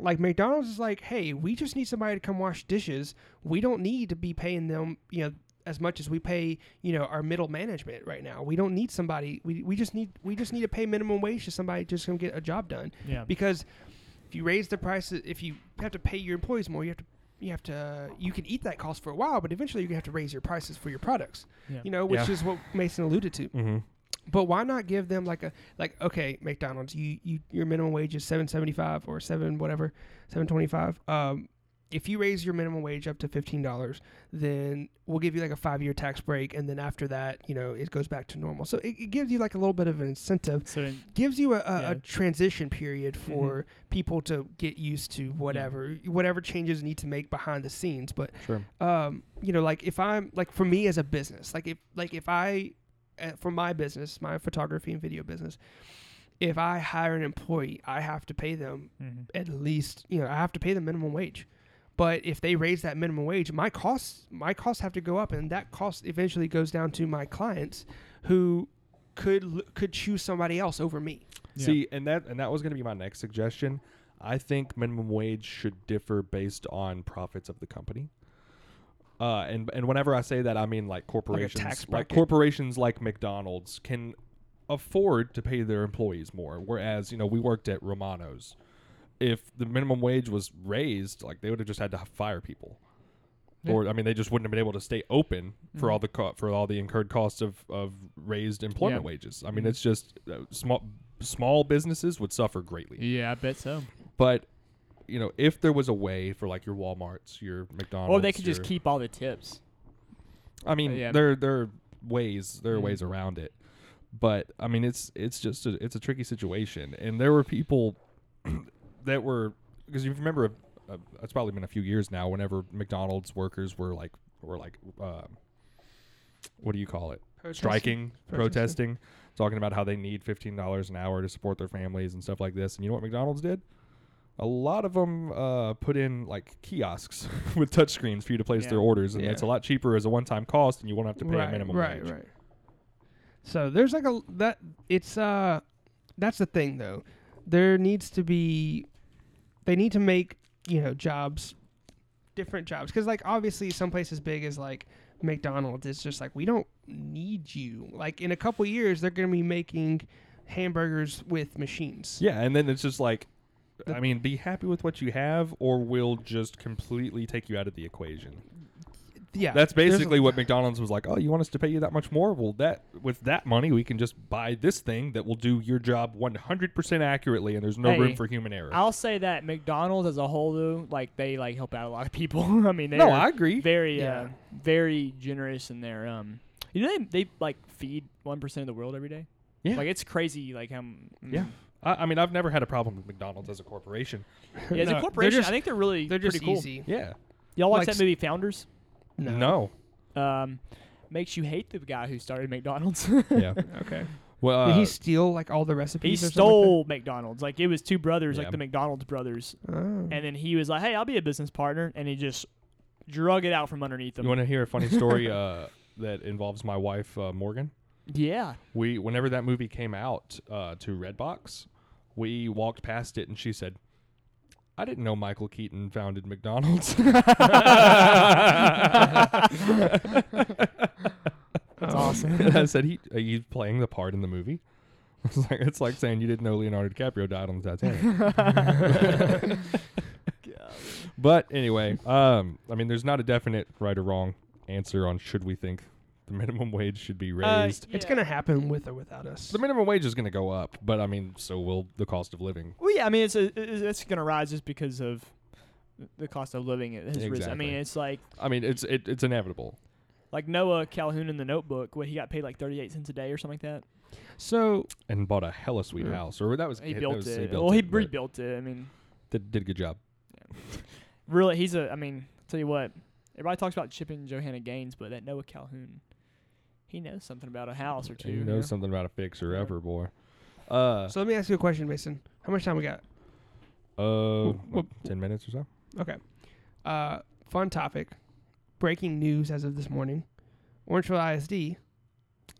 S1: like McDonald's is like, hey, we just need somebody to come wash dishes. We don't need to be paying them, you know, as much as we pay, you know, our middle management right now. We don't need somebody. We, we just need we just need to pay minimum wage to somebody just come get a job done
S3: yeah.
S1: because if you raise the prices, if you have to pay your employees more, you have to you have to you can eat that cost for a while, but eventually you have to raise your prices for your products.
S3: Yeah.
S1: You know, which
S2: Yeah.
S1: is what Mason alluded to.
S2: Mhm.
S1: But why not give them like a like okay McDonald's you you your minimum wage is seven seventy five or seven whatever seven twenty five. Um, if you raise your minimum wage up to fifteen dollars, then we'll give you like a five year tax break, and then after that, you know, it goes back to normal. So it, it gives you like a little bit of an incentive
S3: so in-
S1: gives you a, a,
S3: Yeah.
S1: a transition period for people to get used to whatever whatever changes need to make behind the scenes but
S2: Sure.
S1: um you know like if i'm like for me as a business like if like if i uh, for my business my photography and video business if i hire an employee i have to pay them
S3: mhm.
S1: at least you know i have to pay the minimum wage but if they raise that minimum wage my costs my costs have to go up and that cost eventually goes down to my clients who could l- could choose somebody else over me
S3: Yeah.
S2: See, and that and that was going to be my next suggestion. I think minimum wage should differ based on profits of the company. Uh, and and whenever I say that, I mean like corporations,
S1: tax
S2: like
S1: bracket.
S2: corporations like McDonald's can afford to pay their employees more. Whereas you know we worked at Romano's, if the minimum wage was raised, like they would have just had to fire people.
S3: Yeah.
S2: Or I mean, they just wouldn't have been able to stay open for
S3: Mhm.
S2: all the co- for all the incurred costs of, of raised employment
S3: Yeah.
S2: wages. I mean,
S3: Mhm.
S2: it's just uh, small small businesses would suffer greatly.
S3: yeah, I bet so.
S2: But you know, if there was a way for like your WalMarts, your McDonald's,
S3: Or they could just
S2: your-
S3: keep all the tips.
S2: I mean,
S3: yeah.
S2: there there are ways there are
S3: Mhm.
S2: ways around it. But I mean, it's it's just a, it's a tricky situation, and there were people that were because you remember uh, it's probably been a few years now. Whenever McDonald's workers were like were like um what do you call it? striking,
S1: Protesting.
S2: protesting, talking about how they need fifteen dollars an hour to support their families and stuff like this. And you know what McDonald's did? A lot of them uh, put in like kiosks with touchscreens for you to place
S3: Yeah.
S2: their orders, and
S1: Yeah.
S2: it's a lot cheaper as a one-time cost, and you won't have to pay
S1: right,
S2: a minimum
S1: right,
S2: wage.
S1: Right, So there's like a that it's uh that's the thing though. There needs to be they need to make, you know, jobs different jobs cuz like obviously some place as big as like McDonald's it's just like we don't need you. Like in a couple years they're going to be making hamburgers with machines.
S2: Yeah, and then it's just like,
S1: The-
S2: I mean, be happy with what you have, or we'll just completely take you out of the equation.
S1: Yeah.
S2: That's
S1: there's a-
S2: basically what McDonald's was like. Oh, you want us to pay you that much more? Well, that with that money, we can just buy this thing that will do your job 100% accurately, and there's no
S3: Hey,
S2: room for human error.
S3: I'll say that McDonald's as a whole, though, like they like help out a lot of people. I mean, they
S2: no,
S3: are
S2: I agree.
S3: very, uh,
S1: Yeah.
S3: very generous in their um. You know they, they like feed one percent of the world every day.
S2: Yeah.
S3: like it's crazy. Like how m-
S2: Yeah.
S3: mm.
S2: I, I mean, I've never had a problem with McDonald's as a corporation.
S3: yeah. As
S1: No,
S3: a
S1: they're
S3: corporation,
S1: just-
S3: I think they're really
S1: they're just
S3: pretty cool.
S1: easy.
S2: Yeah.
S3: Y'all watch
S1: Like
S3: that
S1: s-
S3: movie Founders?
S2: No.
S3: Um, makes you hate the guy who started McDonald's.
S2: yeah.
S1: Okay.
S2: Well,
S1: Did
S2: uh,
S1: he steal like all the
S3: he
S1: recipes? or something
S3: stole McDonald's. Like it was two brothers,
S2: Yeah.
S3: like the McDonald's brothers,
S1: Like that? Oh.
S3: and then he was like, "Hey, I'll be a business partner," and he just drug it out from underneath them.
S2: you want to hear a funny story uh, that involves my wife, uh, Morgan?
S3: yeah.
S2: We, whenever that movie came out uh, to Redbox, we walked past it, and she said, "I didn't know Michael Keaton founded McDonald's."
S3: That's
S1: Oh.
S3: awesome.
S2: And I said, "He, are you playing the part in the movie?" It's like it's like saying you didn't know Leonardo DiCaprio died on the
S3: Uh,
S2: Titanic. but anyway, um, I mean, there's not a definite right or wrong answer on should we think the minimum wage should be raised.
S1: It's
S3: Yeah.
S1: going to happen with or without us.
S2: the minimum wage is going to go up, but I mean, so will the cost of living.
S3: Well, yeah, I mean, it's a, it's it's gonna rise just because of the cost of living has risen. I
S2: Exactly.
S3: mean, it's like
S2: I mean, it's it, it's inevitable.
S3: like Noah Calhoun in The Notebook, where he got paid like thirty eight cents a day or something like that.
S1: So
S2: And bought a hella sweet
S1: Yeah.
S2: house, or that was
S3: He
S2: that
S3: built
S2: was-
S3: it.
S2: built
S3: well, he
S2: but
S3: rebuilt it. I mean,
S2: Did, did a good job.
S3: really, he's a. I mean, tell you what, everybody talks about chipping Johanna Gaines, but that Noah Calhoun, he knows something about a house or two.
S2: you
S3: you
S2: know
S3: know?
S2: something about a fixer
S3: Yeah.
S2: upper boy. Uh,
S1: So let me ask you a question, Mason. How much time we got?
S2: uh,
S1: whoop.
S2: ten minutes or so.
S1: Okay. Uh, fun topic. Breaking news as of this morning: Orangeville ISD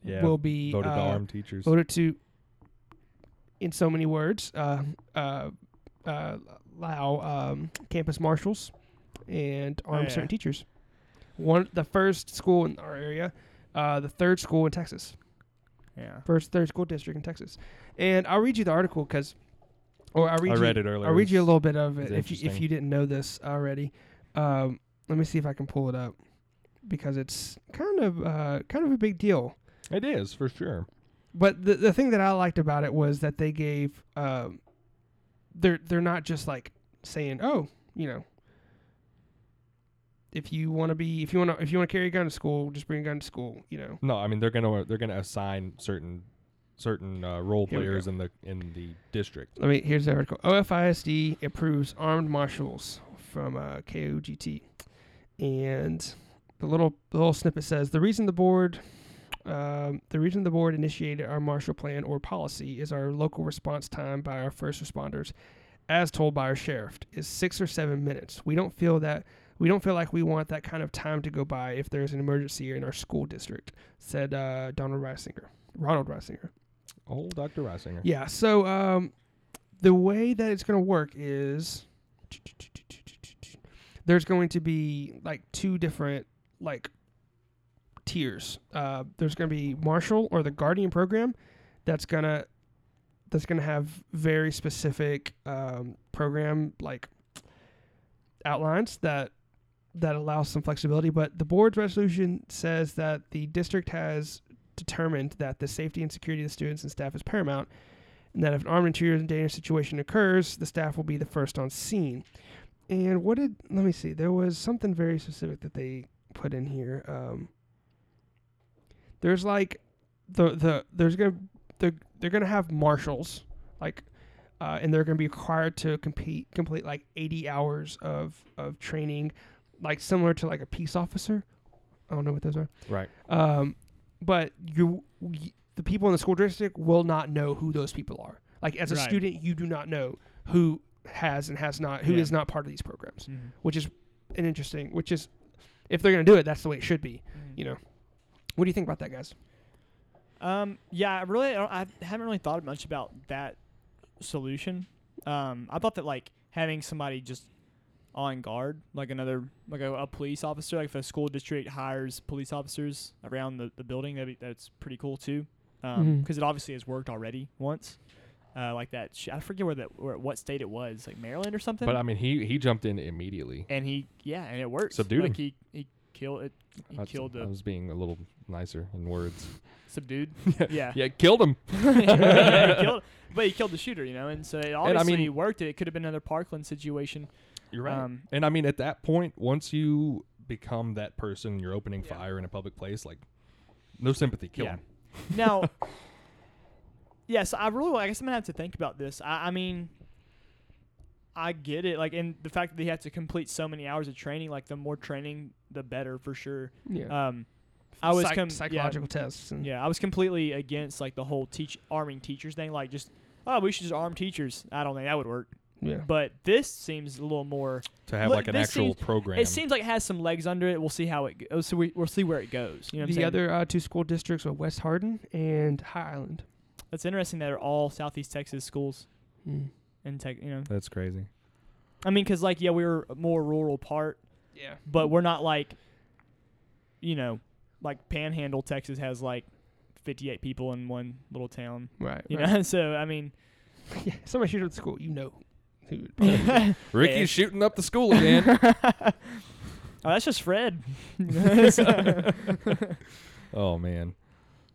S2: Yeah.
S1: will be
S2: voted to
S1: uh,
S2: arm teachers.
S1: voted to, in so many words, uh, uh, uh, allow um, campus marshals and arm
S3: yeah.
S1: certain teachers. One, the first school in our area, uh, the third school in Texas.
S3: Yeah.
S1: first third school district in Texas. And I'll read you the article because, or I'll read,
S2: I
S1: you,
S2: read it earlier.
S1: I'll read you a
S2: It's-
S1: little bit of
S2: it's
S1: it if you, if
S2: interesting.
S1: you didn't know this already. Um, let me see if I can pull it up because it's kind of uh, kind of a big deal.
S2: It is for sure.
S1: But the the thing that I liked about it was that they gave um, they're they're not just like saying oh you know if you want to be if you want to if you want to carry a gun to school just bring a gun to school you know
S2: No, I mean they're gonna they're gonna assign certain certain uh, role
S1: Here we go.
S2: players in the in the district.
S1: Let me. Here's the article. OFISD approves armed marshals from uh, KOGT, and the little the little snippet says the reason the board. Um, the reason the board initiated our marshal plan or policy is our local response time by our first responders, as told by our sheriff, is six or seven minutes. We don't feel that we don't feel like we want that kind of time to go by if there's an emergency in our school district," said uh, Donald Reisinger. Ronald Reisinger.
S2: Oh, Dr. Reisinger.
S1: Yeah. So um, the way that it's going to work is there's going to be like two different like tiers. Uh, there's going to be Marshall or the Guardian program that's gonna that's gonna have very specific um, program like outlines that that allows some flexibility. But the board's resolution says that the district has determined that the safety and security of the students and staff is paramount, and that if an armed interior and dangerous situation occurs, the staff will be the first on scene. And what did let me see? There was something very specific that they put in here. Um, there's like the the there's gonna they're they're gonna have marshals like. Uh, and they're going to be required to compete, complete like 80 hours of, of training, like similar to like a peace officer. I don't know what those are.
S2: Right.
S1: Um, but you, y the people in the school district will not know who those people are. Like as a
S3: Right.
S1: student, you do not know who has and has not, who is
S3: Yeah.
S1: not part of these programs,
S3: Mhm.
S1: which is an interesting. Which is, if they're going to do it, that's the way it should be.
S3: Mhm.
S1: You know, what do you think about that, guys?
S3: Um, yeah, I really, I, don't- I haven't really thought much about that solution. Um, I thought that like having somebody just on guard, like another, like a, a police officer, like if a school district hires police officers around the, the building, that'd be, that's pretty cool too. Because
S1: Mhm.
S3: it obviously has worked already once, uh, like that. Sh- I forget where that, where, what state it was, like Maryland or something.
S2: But I mean, he he jumped in immediately.
S3: and he, yeah, and it worked.
S2: Subdued
S3: like
S2: him.
S3: he, he killed it. He
S2: That's-
S3: killed
S2: I
S3: the
S2: was being a little nicer in words.
S3: subdued. yeah.
S2: Yeah, killed him.
S3: Yeah, he killed- but he killed the shooter, you know, and so it
S2: I
S3: obviously
S2: mean-
S3: worked. It could have been another Parkland situation.
S2: You're right.
S3: Um,
S2: and I mean, at that point, once you become that person, you're opening
S1: Yeah.
S2: fire in a public place. Like, no sympathy. Kill
S3: Yeah.
S2: him.
S3: Now, yes, I really, I guess I'm gonna have to think about this. I, I mean, I get it, like, and the fact that they have to complete so many hours of training, like, the more training, the better for sure.
S1: Yeah,
S3: Um, I was com- yeah.
S1: psychological tests. And
S3: Yeah, I was completely against like the whole teach arming teachers thing. Like, just oh, we should just arm teachers. I don't think that would work.
S1: yeah.
S3: But this seems a little more.
S2: To have
S3: Look,
S2: like an
S3: this
S2: actual
S3: seems-
S2: program.
S3: It seems like it has some legs under it. We'll see how it goes. So we, we'll see where it goes. You know what I'm
S1: the
S3: saying?
S1: other uh, two school districts are West Hardin and High Island.
S3: That's interesting that are all Southeast Texas schools
S1: Mm.
S3: in tech. You know,
S2: That's crazy.
S3: I mean, because like yeah, we were a more rural part,
S1: Yeah,
S3: but we're not like, you know, like Panhandle Texas has like 58 people in one little town.
S1: right.
S3: You
S1: right.
S3: know, so I mean,
S1: yeah. Somebody shoot up the school, you know. Who would probably-
S3: oh,
S2: Ricky's
S3: it's-
S2: shooting up the school again.
S3: oh, that's just Fred. that's
S2: oh man.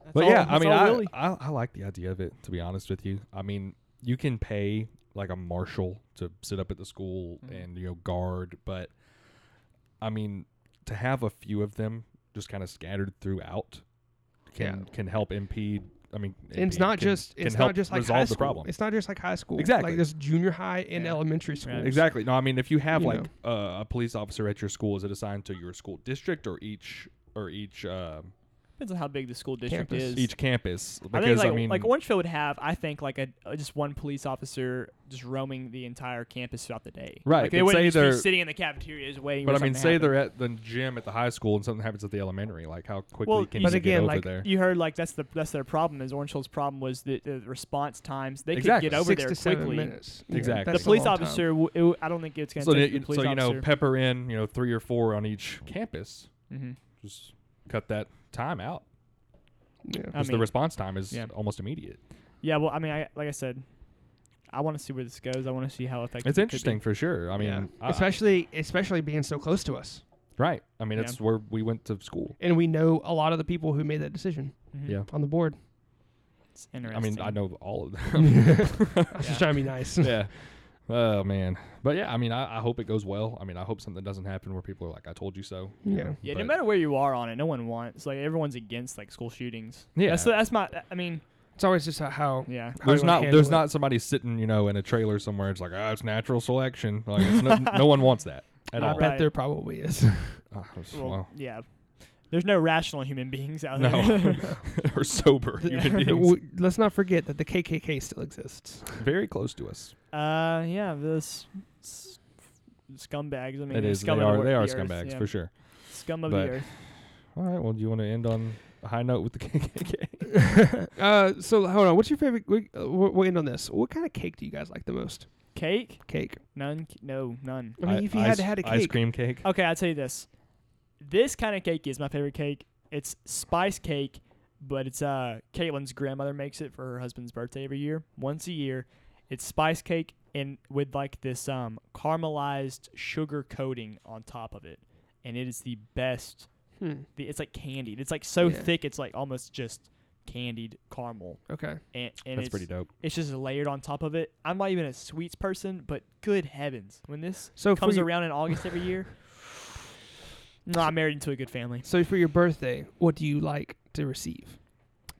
S3: all-
S2: But yeah, I
S3: that's
S2: mean,
S3: all
S2: I,
S3: really.
S2: I I like the idea of it. To be honest with you, I mean, you can pay like a marshal to sit up at the school
S1: Mm-hmm.
S3: Mhm.
S2: and you know guard, but I mean, to have a few of them just kind of scattered throughout can can help impede. I mean,
S1: and it's
S2: impede,
S1: not
S2: can-
S1: just
S2: can
S1: it's
S2: help
S1: not just like
S2: resolve
S1: high
S2: the
S1: school.
S2: problem.
S1: It's not just like high school.
S2: Exactly.
S1: Like there's junior high and
S3: Yeah.
S1: elementary school.
S3: Right.
S2: Exactly. No, I mean, if you have
S1: You
S2: like
S1: know.
S2: uh, a police officer at your school, is it assigned to your school district or each or each um
S3: Depends on how big the school district
S1: Campus.
S3: is.
S2: Each campus, because
S3: I
S2: I,
S3: think like,
S2: mean,
S3: like Orangeville would have, I think, like a uh, just one police officer just roaming the entire campus throughout the day.
S2: Right,
S3: Like, they
S2: but
S3: wouldn't
S2: say
S3: just
S2: they're-
S3: be sitting in the cafeterias waiting.
S2: but
S3: for
S2: I
S3: something
S2: mean,
S3: to
S2: say
S3: happen.
S2: they're at the gym at the high school and something happens at the elementary. Like, how quickly
S3: Well,
S2: can
S3: but
S2: you get
S1: again,
S2: over
S1: like,
S2: there?
S3: You heard like that's the that's their problem is Orangeville's problem was the, the response times they
S2: Exactly.
S3: could get over
S1: Six
S3: there
S1: to
S3: quickly.
S1: seven minutes. Yeah,
S2: Exactly.
S3: The
S1: that's a
S3: police
S1: long time.
S3: officer, w- it, w- I don't think it's going to
S2: So,
S3: take the
S2: you-
S3: police
S2: so you know,
S3: officer.
S2: pepper in, you know, three or four on each campus.
S3: hmm
S2: Just cut that time out.
S1: Yeah.
S3: I
S2: Because the
S3: mean-
S2: response time is
S3: Yeah.
S2: almost immediate.
S3: Yeah, well, I mean, I, like I said, I want to see where this goes. I want to see how effective.
S2: It's
S3: it could be.
S2: interesting for sure. I mean,
S1: Yeah.
S2: I-
S1: especially especially being so close to us,
S2: right. I mean,
S3: Yeah.
S2: it's where we went to school.
S1: and we know a lot of the people who made that decision
S3: Mhm.
S2: Yeah.
S1: on the board.
S3: It's
S2: I mean,
S3: interesting.
S2: I know all of them.
S1: I was
S3: Yeah.
S1: just trying to be nice.
S2: yeah. Oh man. But yeah, I mean, I, I hope it goes well. I mean, I hope something doesn't happen where people are like, "I told you so." you
S1: Yeah.
S2: know,
S3: Yeah, no
S2: but-
S3: matter where you are on it, no one wants like everyone's against like school shootings.
S2: Yeah.
S3: that's, that's my. I mean,
S1: It's always just how
S3: yeah.
S1: how
S2: There's
S1: you wanna
S2: not
S1: handle
S2: there's
S1: it.
S2: not somebody sitting you know in a trailer somewhere. It's like ah, it's natural selection. Like it's no, no one wants that at
S1: I
S2: all.
S1: bet
S3: Right.
S1: there probably is.
S2: Ah, it's-
S3: Well,
S2: well,
S3: yeah. There's no rational human beings out
S2: no,
S3: there.
S2: or sober
S3: Yeah.
S2: human beings.
S1: W- Let's not forget that the KKK still exists.
S2: Very close to us.
S3: uh, yeah, this s- scumbags. I mean,
S2: it
S3: they're
S2: is. They
S3: Scum of the
S2: are.
S3: wor-
S2: They are
S3: the earth,
S2: scumbags
S3: yeah.
S2: for sure.
S3: Scum of
S2: But-
S3: the earth.
S2: All right. Well, do you want to end on a high note with the KKK?
S1: uh, so hold on. What's your favorite? We, uh, we'll we'll end on this. What kind of cake do you guys like the most?
S3: Cake?
S1: Cake.
S3: None. c- No, none.
S1: I mean, if you
S2: ice,
S1: had had a cake,
S2: ice cream cake.
S3: Okay, I'll tell you this. This kind of cake is my favorite cake. It's spice cake, but it's uh Caitlin's grandmother makes it for her husband's birthday every year, once a year. It's spice cake and with like this um caramelized sugar coating on top of it, and it is the best.
S1: Hmm,
S3: The, it's like candied. It's like so
S1: Yeah.
S3: thick. It's like almost just candied caramel,
S1: okay.
S3: and, and
S2: That's
S3: it's
S2: pretty dope.
S3: it's just layered on top of it. I'm not even a sweets person, but good heavens, when this
S1: So for
S3: comes
S1: your,
S3: around in August every year. No, I'm married into a good family.
S1: so for your birthday, what do you like to receive?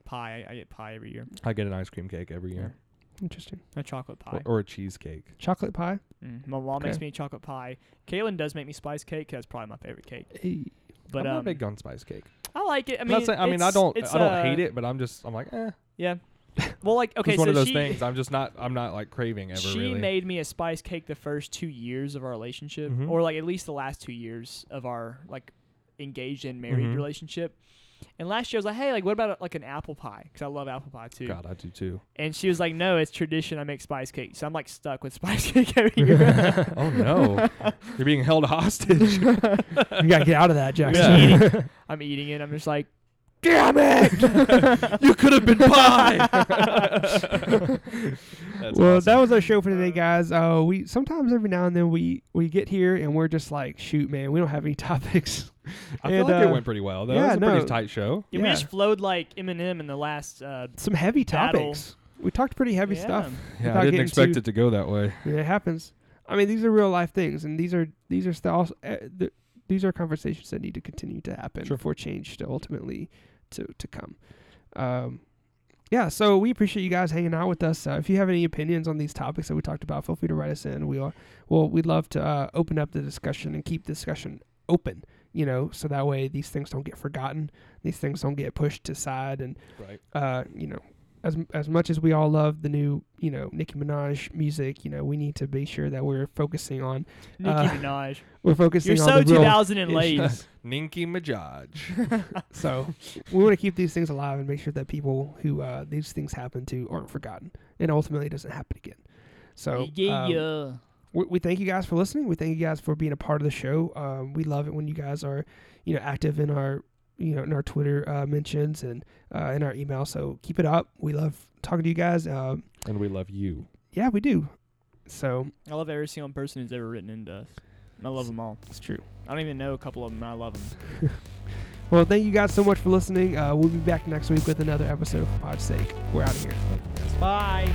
S3: Pie, I, I get pie every year.
S2: I get an ice cream cake every year,
S1: Interesting.
S3: A chocolate
S2: or,
S3: pie.
S2: or a cheesecake.
S1: Chocolate pie.
S3: Mm. My mom makes
S1: Okay.
S3: me chocolate pie. Caitlin does make me spice cake. That's probably my favorite cake.
S1: Eh,
S3: But
S2: I'm
S3: um,
S2: not big on spice cake.
S3: I like it. I
S2: I
S3: mean,
S2: mean, I, mean I
S3: it's-
S2: don't
S3: It's,
S2: I don't
S3: uh,
S2: hate it, but I'm just I'm like eh.
S3: Yeah. Well, like okay,
S2: it's one
S3: so
S2: of those
S3: she,
S2: things. I'm just not I'm not like craving ever
S3: she
S2: really.
S3: made me a spice cake the first two years of our relationship,
S2: Mhm.
S3: or like at least the last two years of our like engaged and married
S2: Mhm.
S3: relationship. And last year I was like, hey, like what about like an apple pie? Because I love apple pie too.
S2: God, I do too.
S3: And she was like, "No, it's tradition. I make spice cake." So I'm like stuck with spice cake every year.
S2: oh no, you're being held hostage.
S1: you gotta get out of that,
S3: I'm,
S1: Jackson.
S2: Yeah.
S3: just eating, I'm eating it. I'm just like,
S2: Damn it! you could have been pie. That's
S1: well,
S2: awesome.
S1: that was our show for today, guys. Uh, we sometimes every now and then we we get here and we're just like, shoot, man, we don't have any topics.
S2: I feel
S1: and,
S2: like
S1: uh,
S2: it went pretty well though.
S1: yeah,
S2: it was a pretty
S1: no.
S2: tight show.
S3: yeah, we just flowed like Eminem in the last uh,
S1: Some heavy
S3: Battle.
S1: topics. We talked pretty heavy
S3: yeah.
S1: stuff.
S2: Yeah,
S1: Without
S2: I didn't
S1: getting
S2: expect
S1: too-
S2: it to go that way.
S1: Yeah, it happens. I mean, these are real life things, and these are these are still also, uh, th- these are conversations that need to continue to happen
S2: Sure.
S1: for change to ultimately to to come. Um, yeah, so we appreciate you guys hanging out with us. Uh, if you have any opinions on these topics that we talked about, feel free to write us in. We are well, we'd love to uh, open up the discussion and keep the discussion open. You know, so that way these things don't get forgotten, these things don't get pushed aside, and
S2: Right.
S1: uh, you know, as as much as we all love the new, you know, Nicki Minaj music, you know, we need to be sure that we're focusing on
S3: Nicki
S1: Uh,
S3: Minaj.
S1: we're focusing
S3: You're
S1: on
S3: so
S1: the real.
S3: 2000 and late.
S2: Ninky Majaj.
S1: so we want to keep these things alive and make sure that people who uh, these things happen to aren't forgotten and ultimately doesn't happen again. So
S3: yeah.
S1: um, we, we thank you guys for listening. We thank you guys for being a part of the show. Um, we love it when you guys are, you know, active in our, you know, in our Twitter uh, mentions and uh, in our email. So keep it up. We love talking to you guys. Um,
S2: and we love you.
S1: Yeah, we do. So
S3: I love every single person who's ever written into us. I love them all.
S1: it's true.
S3: I don't even know a couple of them. and I love them.
S1: Well, thank you guys so much for listening. Uh, we'll be back next week with another episode of Pod's Sake. We're out of here.
S3: Bye.